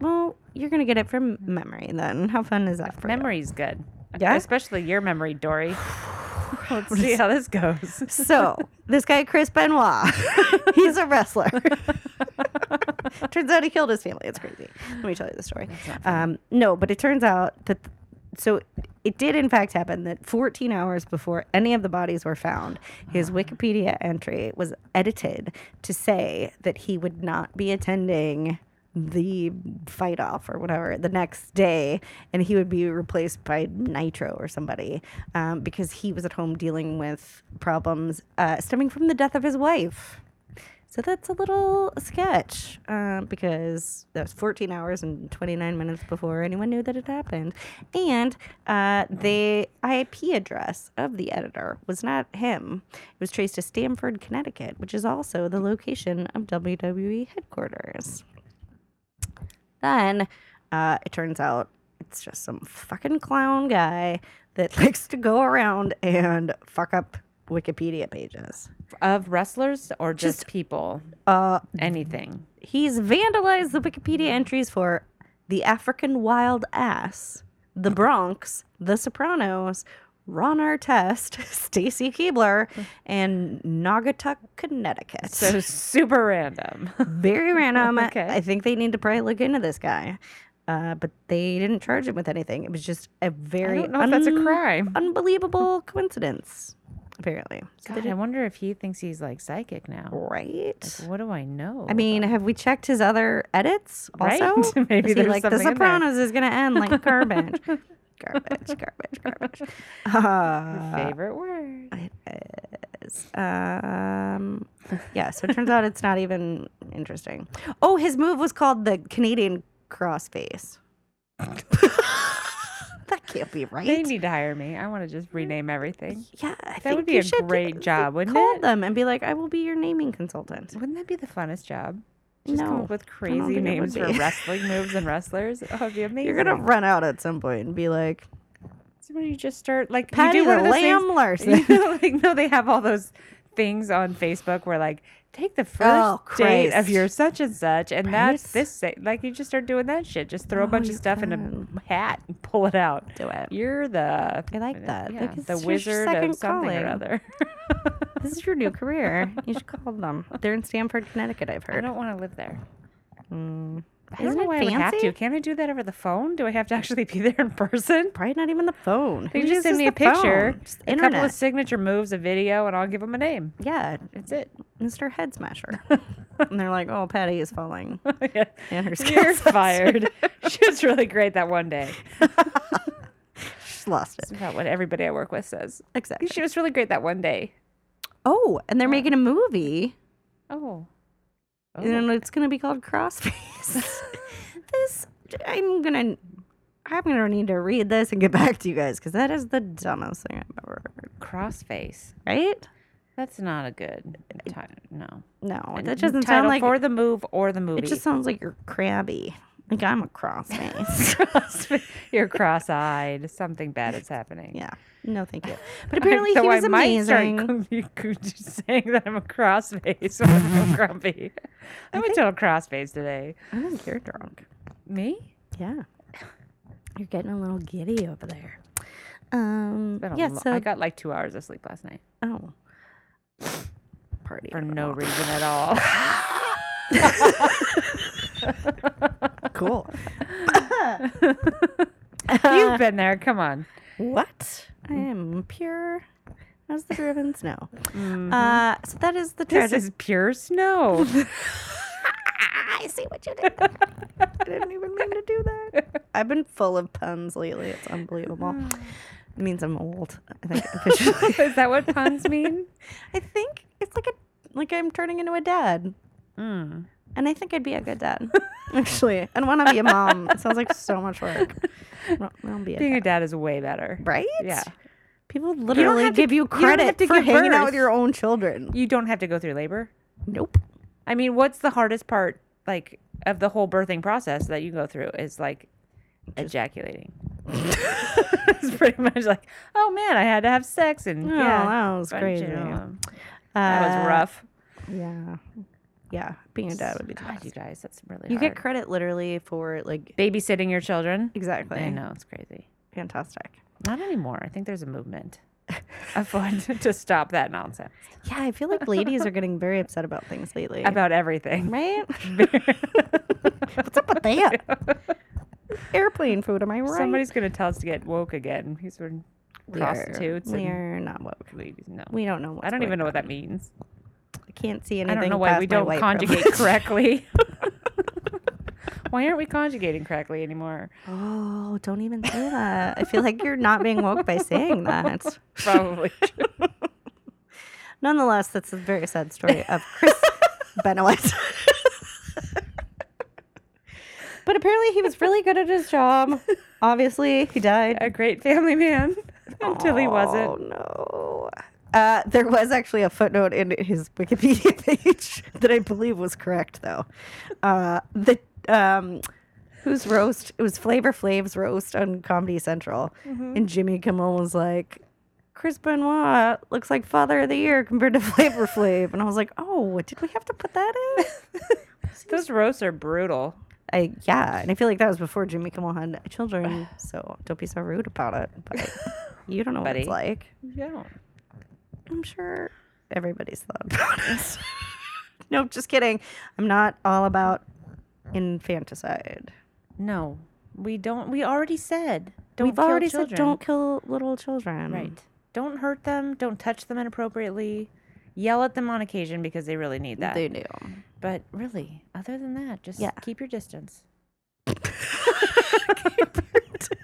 Speaker 3: well, you're gonna get it from memory then. How fun is that for you?
Speaker 2: Memory's good.
Speaker 3: Yeah?
Speaker 2: Especially your memory, Dory. Let's see how this goes.
Speaker 3: So this guy Chris Benoit, he's a wrestler. turns out he killed his family. It's crazy. Let me tell you the story. Um, no, but it turns out that so it did in fact happen that 14 hours before any of the bodies were found, his Wikipedia entry was edited to say that he would not be attending the fight off or whatever the next day and he would be replaced by nitro or somebody um, because he was at home dealing with problems uh, stemming from the death of his wife so that's a little sketch uh, because that was 14 hours and 29 minutes before anyone knew that it happened. And uh, the IP address of the editor was not him. It was traced to Stamford, Connecticut, which is also the location of WWE headquarters. Then uh, it turns out it's just some fucking clown guy that likes to go around and fuck up Wikipedia pages.
Speaker 2: Of wrestlers or just, people?
Speaker 3: Uh,
Speaker 2: Anything.
Speaker 3: he's vandalized the Wikipedia entries for the African Wild Ass, the Bronx, the Sopranos, Ron Artest, Stacy Keebler, and Naugatuck, Connecticut.
Speaker 2: So super random.
Speaker 3: very random.
Speaker 2: Okay.
Speaker 3: I think they need to probably look into this guy. Uh, but they didn't charge him with anything. It was just a very
Speaker 2: don't know if that's a
Speaker 3: un-
Speaker 2: crime.
Speaker 3: unbelievable coincidence, apparently. So they
Speaker 2: God, I wonder if he thinks he's like psychic
Speaker 3: did-
Speaker 2: now.
Speaker 3: right?
Speaker 2: What do I know?
Speaker 3: I mean, have we checked his other edits
Speaker 2: Right?
Speaker 3: also?
Speaker 2: Maybe
Speaker 3: Is he
Speaker 2: there's
Speaker 3: like The
Speaker 2: something in there."
Speaker 3: Sopranos is gonna end like garbage, garbage, garbage, garbage.
Speaker 2: Your
Speaker 3: Uh,
Speaker 2: favorite word.
Speaker 3: um, yeah. So it turns out it's not even interesting. Oh, his move was called the Canadian crossface. that can't be right.
Speaker 2: They need to hire me. I want to just rename everything.
Speaker 3: yeah, I
Speaker 2: That
Speaker 3: think
Speaker 2: would be
Speaker 3: you
Speaker 2: a
Speaker 3: should
Speaker 2: great job, wouldn't
Speaker 3: call
Speaker 2: it?
Speaker 3: them and be like, "I will be your naming consultant."
Speaker 2: Wouldn't that be the funnest job? Just come
Speaker 3: No,
Speaker 2: up with
Speaker 3: don't
Speaker 2: crazy
Speaker 3: think it would
Speaker 2: names for
Speaker 3: be.
Speaker 2: wrestling moves and wrestlers. Oh, it'd be amazing.
Speaker 3: You're gonna run out at some point and be like,
Speaker 2: So when you just start like
Speaker 3: "Patty
Speaker 2: you do
Speaker 3: the
Speaker 2: one of those things-
Speaker 3: Lamb Larson."
Speaker 2: You know, like no, they have all those things on Facebook where like take the first
Speaker 3: Oh,
Speaker 2: date of
Speaker 3: Christ.
Speaker 2: your such and such, and that's
Speaker 3: Right?
Speaker 2: this sa- like you just start doing that shit. Just throw a
Speaker 3: Oh,
Speaker 2: bunch of
Speaker 3: you
Speaker 2: stuff in
Speaker 3: can.
Speaker 2: a hat and pull it out.
Speaker 3: Do it.
Speaker 2: You're the
Speaker 3: I like that.
Speaker 2: Yeah,
Speaker 3: Like, it's
Speaker 2: the
Speaker 3: your sh-
Speaker 2: wizard
Speaker 3: second
Speaker 2: of something
Speaker 3: calling.
Speaker 2: or other.
Speaker 3: This is your new career. You should call them. They're in Stamford, Connecticut, I've
Speaker 2: I
Speaker 3: heard.
Speaker 2: don't want to live there.
Speaker 3: Mm.
Speaker 2: I don't
Speaker 3: Isn't
Speaker 2: know
Speaker 3: it
Speaker 2: why I would have
Speaker 3: fancy?
Speaker 2: to. Can I do that over the phone? Do I have to actually be there in person?
Speaker 3: Probably not even the phone. Who
Speaker 2: They can just
Speaker 3: uses
Speaker 2: send me a
Speaker 3: the phone?
Speaker 2: picture,
Speaker 3: Just
Speaker 2: a
Speaker 3: internet.
Speaker 2: couple of signature moves, a video, and I'll give them a name.
Speaker 3: yeah,
Speaker 2: That's it.
Speaker 3: Mr. Head Smasher. and they're like, oh, Patty is falling.
Speaker 2: Yeah.
Speaker 3: And her
Speaker 2: You're
Speaker 3: skills
Speaker 2: fired. she was really great that one day.
Speaker 3: She's lost it.
Speaker 2: It's about what everybody I work with says.
Speaker 3: Exactly.
Speaker 2: She was really great that one day.
Speaker 3: Oh, and they're making a movie,
Speaker 2: Oh. Oh.
Speaker 3: and it's going to be called Crossface. this, I'm going to. I'm gonna need to read this and get back to you guys because that is the dumbest thing I've ever heard.
Speaker 2: Crossface.
Speaker 3: Right?
Speaker 2: That's not a good title. No.
Speaker 3: No,
Speaker 2: And
Speaker 3: that doesn't
Speaker 2: title
Speaker 3: sound like
Speaker 2: for the move or the movie.
Speaker 3: It just sounds like you're crabby. Like I'm a crossface.
Speaker 2: Crossface. You're cross-eyed. Something bad is happening.
Speaker 3: yeah. No, thank you. But apparently
Speaker 2: Though
Speaker 3: he was
Speaker 2: I might
Speaker 3: amazing.
Speaker 2: start just saying that I'm a crossface when I'm real grumpy. I'm a total crossface today.
Speaker 3: I think you're drunk.
Speaker 2: Me?
Speaker 3: Yeah. You're getting a little giddy over there. Um.
Speaker 2: Been a
Speaker 3: Yeah.
Speaker 2: lo-
Speaker 3: so
Speaker 2: I got like two hours of sleep last night.
Speaker 3: oh. Party
Speaker 2: for
Speaker 3: animal.
Speaker 2: no reason at all.
Speaker 3: Cool.
Speaker 2: You've been there. Come on.
Speaker 3: what? I am pure as the driven snow. Uh. So that is the
Speaker 2: This
Speaker 3: tragic.
Speaker 2: is pure snow.
Speaker 3: I see what you did. there. I didn't even mean to do that. I've been full of puns lately. It's unbelievable. It means I'm old. I think officially.
Speaker 2: is that what puns mean?
Speaker 3: I think it's like a like I'm turning into a dad, Hmm.
Speaker 2: Mm.
Speaker 3: and I think I'd be a good dad. Actually, and want to be a mom. It sounds like so much work. I don't- I don't be a
Speaker 2: Being a
Speaker 3: dad.
Speaker 2: dad is way better.
Speaker 3: right?
Speaker 2: Yeah.
Speaker 3: People literally
Speaker 2: have to-
Speaker 3: give you
Speaker 2: you don't have
Speaker 3: credit
Speaker 2: to
Speaker 3: for
Speaker 2: give
Speaker 3: hanging out
Speaker 2: birth.
Speaker 3: with your own children.
Speaker 2: You don't have to go through labor.
Speaker 3: Nope.
Speaker 2: I mean, what's the hardest part like of the whole birthing process that you go through is like ejaculating. it's pretty much like, oh man, I had to have sex and
Speaker 3: Oh,
Speaker 2: yeah,
Speaker 3: that was
Speaker 2: bunch of,
Speaker 3: crazy.
Speaker 2: um, that
Speaker 3: Uh,
Speaker 2: was rough.
Speaker 3: Yeah. Yeah. Being a dad would be tough.
Speaker 2: God, you guys, that's really
Speaker 3: You
Speaker 2: hard.
Speaker 3: get credit literally for like
Speaker 2: babysitting your children.
Speaker 3: exactly.
Speaker 2: I know it's crazy.
Speaker 3: Fantastic.
Speaker 2: Not anymore. I think there's a movement of one to stop that nonsense
Speaker 3: Yeah, I feel like ladies are getting very upset about things lately.
Speaker 2: about everything.
Speaker 3: right? What's up with that? Airplane food, am I right?
Speaker 2: Somebody's gonna tell us to get woke again. These were prostitutes.
Speaker 3: We're,
Speaker 2: and
Speaker 3: we're not woke.
Speaker 2: ladies. No,
Speaker 3: We don't know. What's
Speaker 2: I don't even
Speaker 3: woke.
Speaker 2: know what that means.
Speaker 3: I can't see anything.
Speaker 2: I don't know why
Speaker 3: past
Speaker 2: we
Speaker 3: my
Speaker 2: don't
Speaker 3: white
Speaker 2: conjugate
Speaker 3: privilege.
Speaker 2: correctly. why aren't we conjugating correctly anymore?
Speaker 3: Oh, don't even say that. I feel like you're not being woke by saying that.
Speaker 2: Probably. true.
Speaker 3: Nonetheless, that's a very sad story of Chris Benoit. but apparently, he was really good at his job. Obviously, he died.
Speaker 2: a great family man until he
Speaker 3: Oh
Speaker 2: wasn't.
Speaker 3: no. Uh, there was actually a footnote in his Wikipedia page that I believe was correct, though. Uh, the um, whose roast? It was Flavor Flav's roast on Comedy Central,
Speaker 2: Mm-hmm.
Speaker 3: and Jimmy Kimmel was like, "Chris Benoit looks like Father of the Year compared to Flavor Flav," and I was like, "Oh, did we have to put that in?"
Speaker 2: Those roasts are brutal.
Speaker 3: I yeah, and I feel like that was before Jimmy Kimmel had children, so don't be so rude about it. But you don't know what it's
Speaker 2: Buddy.
Speaker 3: like.
Speaker 2: Yeah.
Speaker 3: I'm sure everybody's loud about it. no, just kidding. I'm not all about infanticide.
Speaker 2: No, we don't. We already said don't.
Speaker 3: We've
Speaker 2: kill
Speaker 3: already said
Speaker 2: children.
Speaker 3: don't kill little children.
Speaker 2: Right. Don't hurt them. Don't touch them inappropriately. Yell at them on occasion because they really need that.
Speaker 3: They do.
Speaker 2: But really, other than that, just
Speaker 3: Yeah.
Speaker 2: keep your distance.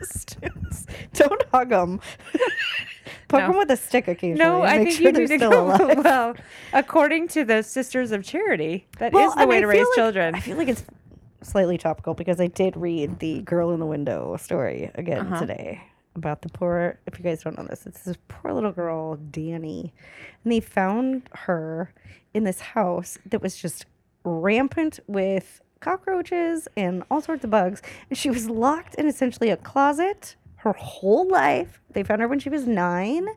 Speaker 3: Distance. Don't hug them. Poke
Speaker 2: No.
Speaker 3: them with a stick occasionally.
Speaker 2: No,
Speaker 3: and
Speaker 2: I
Speaker 3: make
Speaker 2: think
Speaker 3: sure
Speaker 2: you
Speaker 3: they're
Speaker 2: need to
Speaker 3: still
Speaker 2: go.
Speaker 3: alive.
Speaker 2: Well, according to the Sisters of Charity, that is
Speaker 3: Well,
Speaker 2: the
Speaker 3: and
Speaker 2: way
Speaker 3: I
Speaker 2: to
Speaker 3: feel
Speaker 2: raise
Speaker 3: like-
Speaker 2: children.
Speaker 3: I feel like it's slightly topical because I did read the girl in the window story again
Speaker 2: Uh-huh.
Speaker 3: today about the poor. If you guys don't know this, it's this poor little girl, Danny, and they found her in this house that was just rampant with cockroaches and all sorts of bugs, and she was locked in essentially a closet her whole life. They found her when she was nine.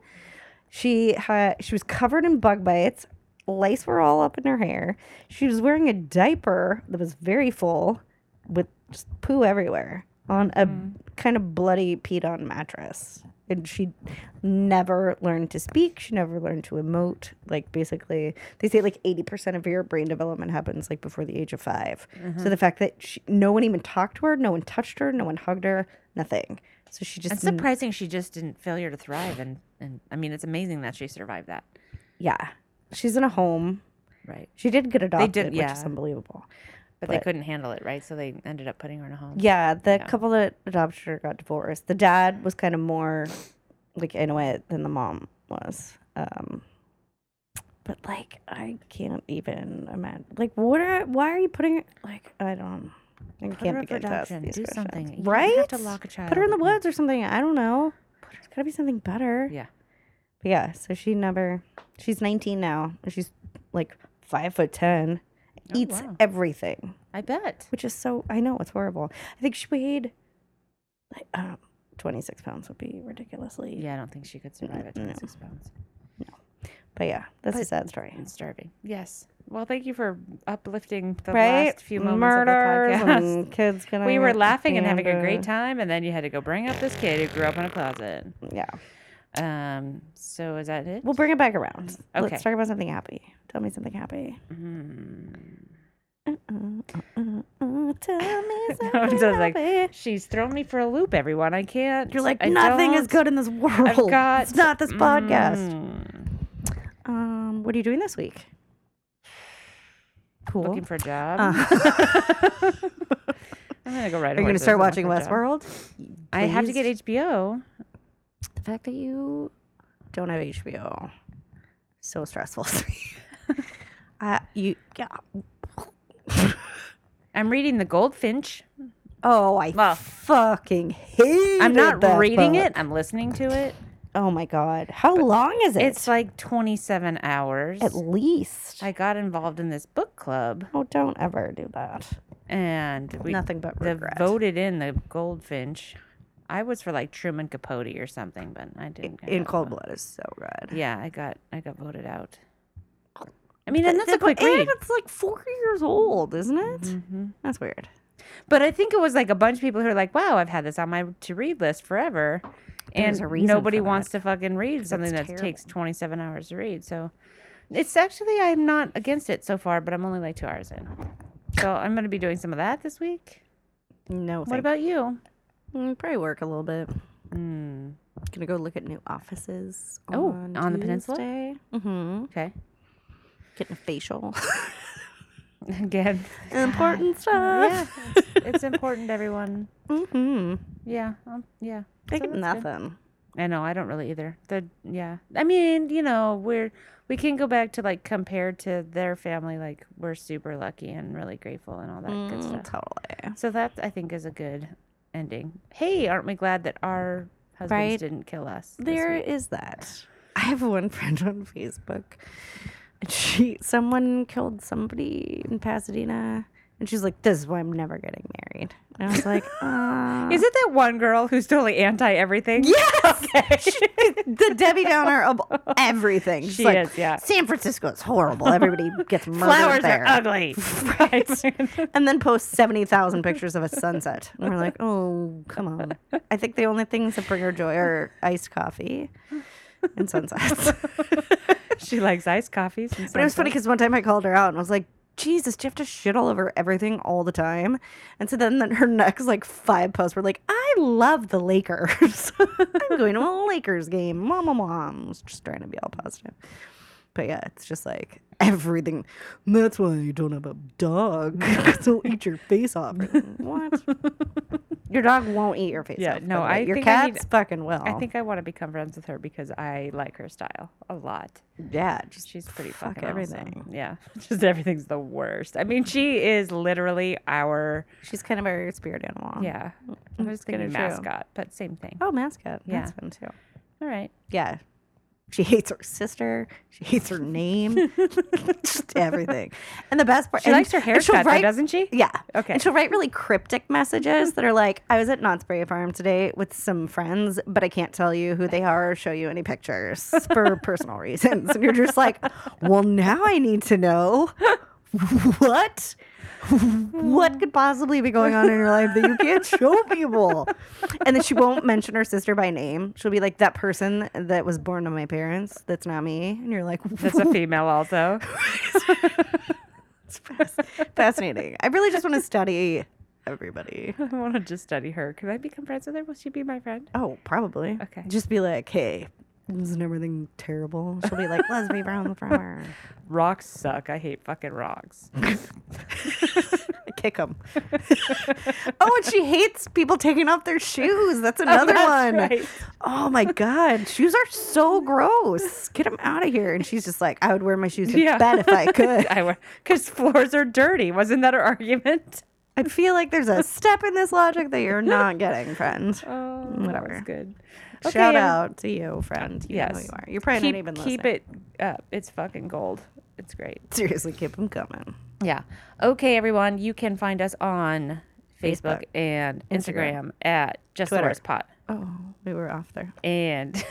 Speaker 3: She had she was covered in bug bites. Lice were all up in her hair. She was wearing a diaper that was very full with just poo everywhere on a kind of bloody peed on mattress. And she never learned to speak. She never learned to emote. Like basically, they say like eighty percent of your brain development happens like before the age of 5 So the fact that she, no one even talked to her, no one touched her, no one hugged her, nothing. So she just
Speaker 2: It's surprising she just didn't failure to thrive, and and I mean, it's amazing that she survived that.
Speaker 3: yeah, she's in a home.
Speaker 2: Right.
Speaker 3: She did get adopted,
Speaker 2: did-
Speaker 3: which is
Speaker 2: yeah.
Speaker 3: unbelievable.
Speaker 2: But, they couldn't handle it, right? So they ended up putting her in a home.
Speaker 3: Yeah, the couple that adopted her got divorced. The dad was kind of more like in a way than the mom was. Um, but like, I can't even imagine. Like, what are? Why are you putting it? Like, I don't. I
Speaker 2: her
Speaker 3: can't
Speaker 2: up for
Speaker 3: begin to ask
Speaker 2: adoption.
Speaker 3: these
Speaker 2: Do
Speaker 3: questions.
Speaker 2: something. You don't
Speaker 3: Right?
Speaker 2: have to lock a
Speaker 3: Put her in the
Speaker 2: child.
Speaker 3: woods or something. I don't know. There's gotta be something better.
Speaker 2: Yeah.
Speaker 3: But yeah, so she never. She's 19 now. and She's like five foot ten. Eats
Speaker 2: Oh, wow.
Speaker 3: everything,
Speaker 2: I bet.
Speaker 3: which is so. I know it's horrible. I think she weighed like I don't know, 26 pounds would be ridiculously.
Speaker 2: Yeah, I don't think she could survive at
Speaker 3: no.
Speaker 2: 26 pounds.
Speaker 3: But yeah, that's a
Speaker 2: But-
Speaker 3: sad story.
Speaker 2: and starving. Yes. Well, thank you for uplifting the
Speaker 3: right?
Speaker 2: last few moments
Speaker 3: Murders
Speaker 2: of the podcast.
Speaker 3: and kids getting.
Speaker 2: We were laughing and having a great
Speaker 3: abandoned.
Speaker 2: time, and then you had to go bring up this kid who grew up in a closet.
Speaker 3: Yeah,
Speaker 2: Um. So is that it?
Speaker 3: we'll bring it back around.
Speaker 2: Okay.
Speaker 3: Let's talk about something happy. Tell me something happy.
Speaker 2: Hmm.
Speaker 3: Uh, uh, uh, uh, tell me
Speaker 2: I was
Speaker 3: something
Speaker 2: just like,
Speaker 3: happy.
Speaker 2: she's thrown me for a loop, everyone. I can't.
Speaker 3: You're like
Speaker 2: I
Speaker 3: nothing is
Speaker 2: don't-
Speaker 3: good in this world.
Speaker 2: I've got.
Speaker 3: it's not this podcast.
Speaker 2: Mm,
Speaker 3: Um, what are you doing this week? Cool. Ah.
Speaker 2: looking for a job. I'm gonna go right.
Speaker 3: uh, are you gonna start watching Westworld?
Speaker 2: I have to
Speaker 3: Please?
Speaker 2: get HBO.
Speaker 3: The fact that you don't have HBO, so stressful. uh, you yeah.
Speaker 2: I'm reading The Goldfinch.
Speaker 3: Oh, I
Speaker 2: Well,
Speaker 3: fucking hate.
Speaker 2: I'm not reading it. I'm listening to it.
Speaker 3: Oh my god. How long is it?
Speaker 2: It's like 27 hours.
Speaker 3: at least.
Speaker 2: I got involved in this book club
Speaker 3: oh, don't ever do that.
Speaker 2: and we
Speaker 3: Nothing but
Speaker 2: the
Speaker 3: regret.
Speaker 2: voted in the goldfinch. I was for like Truman Capote or something, but I didn't. get
Speaker 3: In
Speaker 2: that
Speaker 3: cold
Speaker 2: one.
Speaker 3: blood is so good.
Speaker 2: Yeah, I got I got voted out. I mean, and that's a quick
Speaker 3: and
Speaker 2: read.
Speaker 3: it's like four years old, isn't it?
Speaker 2: hmm
Speaker 3: That's weird.
Speaker 2: But I think it was like a bunch of people who are like, "Wow, I've had this on my to read list forever,"
Speaker 3: There's
Speaker 2: and
Speaker 3: a reason
Speaker 2: nobody
Speaker 3: for
Speaker 2: wants to fucking read something that
Speaker 3: it's
Speaker 2: takes twenty seven hours to read. So it's actually I'm not against it so far, but I'm only like two hours in. So I'm going to be doing some of that this week.
Speaker 3: No.
Speaker 2: What about you?
Speaker 3: Mm, probably work a little bit.
Speaker 2: Mm,
Speaker 3: Gonna go look at new offices.
Speaker 2: Oh, on the peninsula?
Speaker 3: Mm-hmm.
Speaker 2: okay,
Speaker 3: Getting a facial.
Speaker 2: again,
Speaker 3: Important
Speaker 2: yeah,
Speaker 3: stuff.
Speaker 2: it's important, everyone.
Speaker 3: Mm-hmm.
Speaker 2: Yeah, um, yeah. So
Speaker 3: Big
Speaker 2: that's good.
Speaker 3: nothing.
Speaker 2: I know I don't really either. The yeah, I mean, you know, we're we can go back to like compared to their family, like we're super lucky and really grateful and all that good
Speaker 3: Mm,
Speaker 2: stuff.
Speaker 3: totally.
Speaker 2: So that I think is a good ending. Hey, aren't we glad that our husbands
Speaker 3: Right.
Speaker 2: didn't kill us? this
Speaker 3: There
Speaker 2: week?
Speaker 3: is that. I have one friend on Facebook. And she someone killed somebody in Pasadena. And she's like, This is why I'm never getting married. And I was like, uh,
Speaker 2: Is it that one girl who's totally anti everything?
Speaker 3: Yes. the Debbie Downer of everything. She's
Speaker 2: She
Speaker 3: like,
Speaker 2: is, yeah.
Speaker 3: San Francisco is horrible. Everybody gets murdered
Speaker 2: Flowers
Speaker 3: there.
Speaker 2: are ugly. right.
Speaker 3: and then post 70,000 pictures of a sunset. And we're like, oh, come on. I think the only things that bring her joy are iced coffee and sunsets.
Speaker 2: she likes iced coffees. and
Speaker 3: But it was
Speaker 2: sunsets.
Speaker 3: funny because one time I called her out and I was like, Jesus, do you have to shit all over everything all the time? And so then, then her next like five posts were like, I love the Lakers. I'm going to a Lakers game. Mom, mom, mom. I was just trying to be all positive. But yeah, it's just like everything. That's why you don't have a dog. 'cause He'll eat your face off. what? Your dog won't eat your face
Speaker 2: Yeah,
Speaker 3: off. by
Speaker 2: no,
Speaker 3: the way.
Speaker 2: I
Speaker 3: your
Speaker 2: think I
Speaker 3: cat's
Speaker 2: need-
Speaker 3: fucking will.
Speaker 2: I think I want to become friends with her because I like her style a lot.
Speaker 3: yeah, just
Speaker 2: She's pretty
Speaker 3: Fuck
Speaker 2: fucking awesome.
Speaker 3: everything.
Speaker 2: Yeah, just everything's the worst. I mean, she is literally our
Speaker 3: she's kind of our spirit animal.
Speaker 2: yeah. I was
Speaker 3: think
Speaker 2: gonna
Speaker 3: you're true.
Speaker 2: mascot, but same thing.
Speaker 3: Oh, mascot. That's
Speaker 2: Yeah.
Speaker 3: fun too.
Speaker 2: All right.
Speaker 3: Yeah. She hates her sister. She hates her name. Just everything. And the best part,
Speaker 2: She
Speaker 3: and-
Speaker 2: likes her
Speaker 3: and she'll
Speaker 2: haircut, though,
Speaker 3: write-
Speaker 2: doesn't she?
Speaker 3: Yeah.
Speaker 2: Okay.
Speaker 3: And she'll write really cryptic messages that are like, "I was at Knott's Berry Farm today with some friends, but I can't tell you who they are or show you any pictures for personal reasons." And you're just like, "Well, now I need to know what." what could possibly be going on in your life that you can't show people? And then she won't mention her sister by name. She'll be like, that person that was born to my parents, that's not me. And you're like,
Speaker 2: That's a female also.
Speaker 3: it's fas- fascinating. I really just want to study everybody.
Speaker 2: I want to just study her. Could I become friends with her? Will she be my friend?
Speaker 3: Oh, probably.
Speaker 2: Okay.
Speaker 3: Just be like, hey, isn't everything terrible? She'll be like, let's be brown the farmer.
Speaker 2: Rocks suck. I hate fucking rocks.
Speaker 3: Kick them. oh, and she hates people taking off their shoes. Oh, That's another
Speaker 2: that's
Speaker 3: one.
Speaker 2: right.
Speaker 3: Oh my God. Shoes are so gross. Get them out of here. And she's just like, I would wear my shoes to
Speaker 2: Yeah.
Speaker 3: bed if I could.
Speaker 2: I because floors are dirty. Wasn't that her argument?
Speaker 3: I feel like there's a step in this logic that you're not getting, friend.
Speaker 2: Oh, that was
Speaker 3: Whatever.
Speaker 2: good.
Speaker 3: Shout
Speaker 2: Okay, um,
Speaker 3: out to you, friend. You know who
Speaker 2: yes.
Speaker 3: you are. You're probably
Speaker 2: Keep,
Speaker 3: not even
Speaker 2: keep
Speaker 3: listening.
Speaker 2: it up. It's fucking gold. It's great.
Speaker 3: Seriously, keep them coming.
Speaker 2: Yeah. Okay, everyone. You can find us on Facebook,
Speaker 3: Facebook.
Speaker 2: and Instagram,
Speaker 3: Instagram.
Speaker 2: at Just
Speaker 3: Twitter.
Speaker 2: the Worst Pod.
Speaker 3: Oh, we were off there.
Speaker 2: And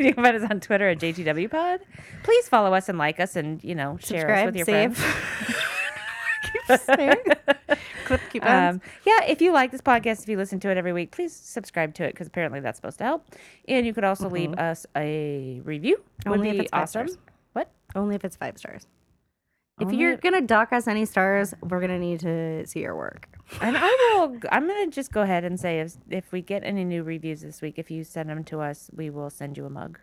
Speaker 2: you can find us on Twitter at JTW Pod. Please follow us and like us and, you know, share us with your friends.
Speaker 3: keep staring. Clip, keep on.
Speaker 2: Um, yeah, if you like this podcast, if you listen to it every week, please subscribe to it because apparently that's supposed to help. And you could also leave us a review. Would
Speaker 3: Mm-hmm. Only if
Speaker 2: be
Speaker 3: it's five
Speaker 2: awesome.
Speaker 3: stars.
Speaker 2: What?
Speaker 3: Only if it's five stars. If
Speaker 2: Only
Speaker 3: you're
Speaker 2: if-
Speaker 3: gonna dock us any stars, we're gonna need to see your work.
Speaker 2: And I will. I'm gonna just go ahead and say if if we get any new reviews this week, if you send them to us, we will send you a mug.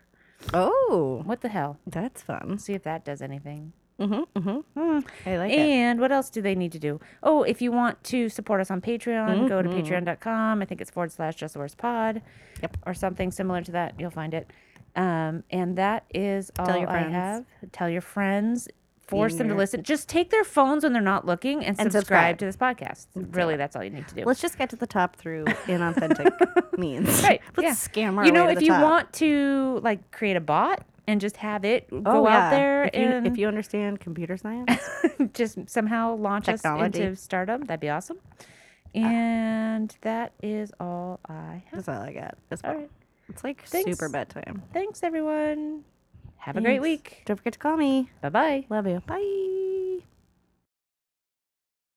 Speaker 3: Oh,
Speaker 2: What the hell?
Speaker 3: that's fun.
Speaker 2: See if that does anything.
Speaker 3: Mm-hmm, mm-hmm. I like it.
Speaker 2: And what else do they need to do? Oh, if you want to support us on Patreon, go to patreon.com. I think it's forward slash just the worst pod
Speaker 3: Mm-hmm. Yep.
Speaker 2: or something similar to that. You'll find it. Um, and that is all
Speaker 3: your
Speaker 2: I
Speaker 3: friends.
Speaker 2: have. Tell your friends. force them to
Speaker 3: there.
Speaker 2: listen. Just take their phones when they're not looking and,
Speaker 3: And subscribe.
Speaker 2: subscribe, to this podcast. Really, that's all you need to do.
Speaker 3: Let's just get to the top through inauthentic means.
Speaker 2: right.
Speaker 3: Let's
Speaker 2: yeah.
Speaker 3: scam our
Speaker 2: You know,
Speaker 3: way to
Speaker 2: if
Speaker 3: the
Speaker 2: you
Speaker 3: top.
Speaker 2: want to like create a bot and just have it go
Speaker 3: Oh, yeah.
Speaker 2: out there
Speaker 3: If you,
Speaker 2: and
Speaker 3: if you understand computer science,
Speaker 2: just somehow launch
Speaker 3: Technology. Uh.
Speaker 2: us into stardom, that'd be awesome. And that is all I have.
Speaker 3: that's all I got. That's
Speaker 2: All
Speaker 3: all.
Speaker 2: right.
Speaker 3: It's like
Speaker 2: Thanks.
Speaker 3: super bedtime.
Speaker 2: Thanks, everyone. Have a
Speaker 3: Thanks.
Speaker 2: great week.
Speaker 3: Don't forget to call me.
Speaker 2: Bye bye.
Speaker 3: Love you. Bye.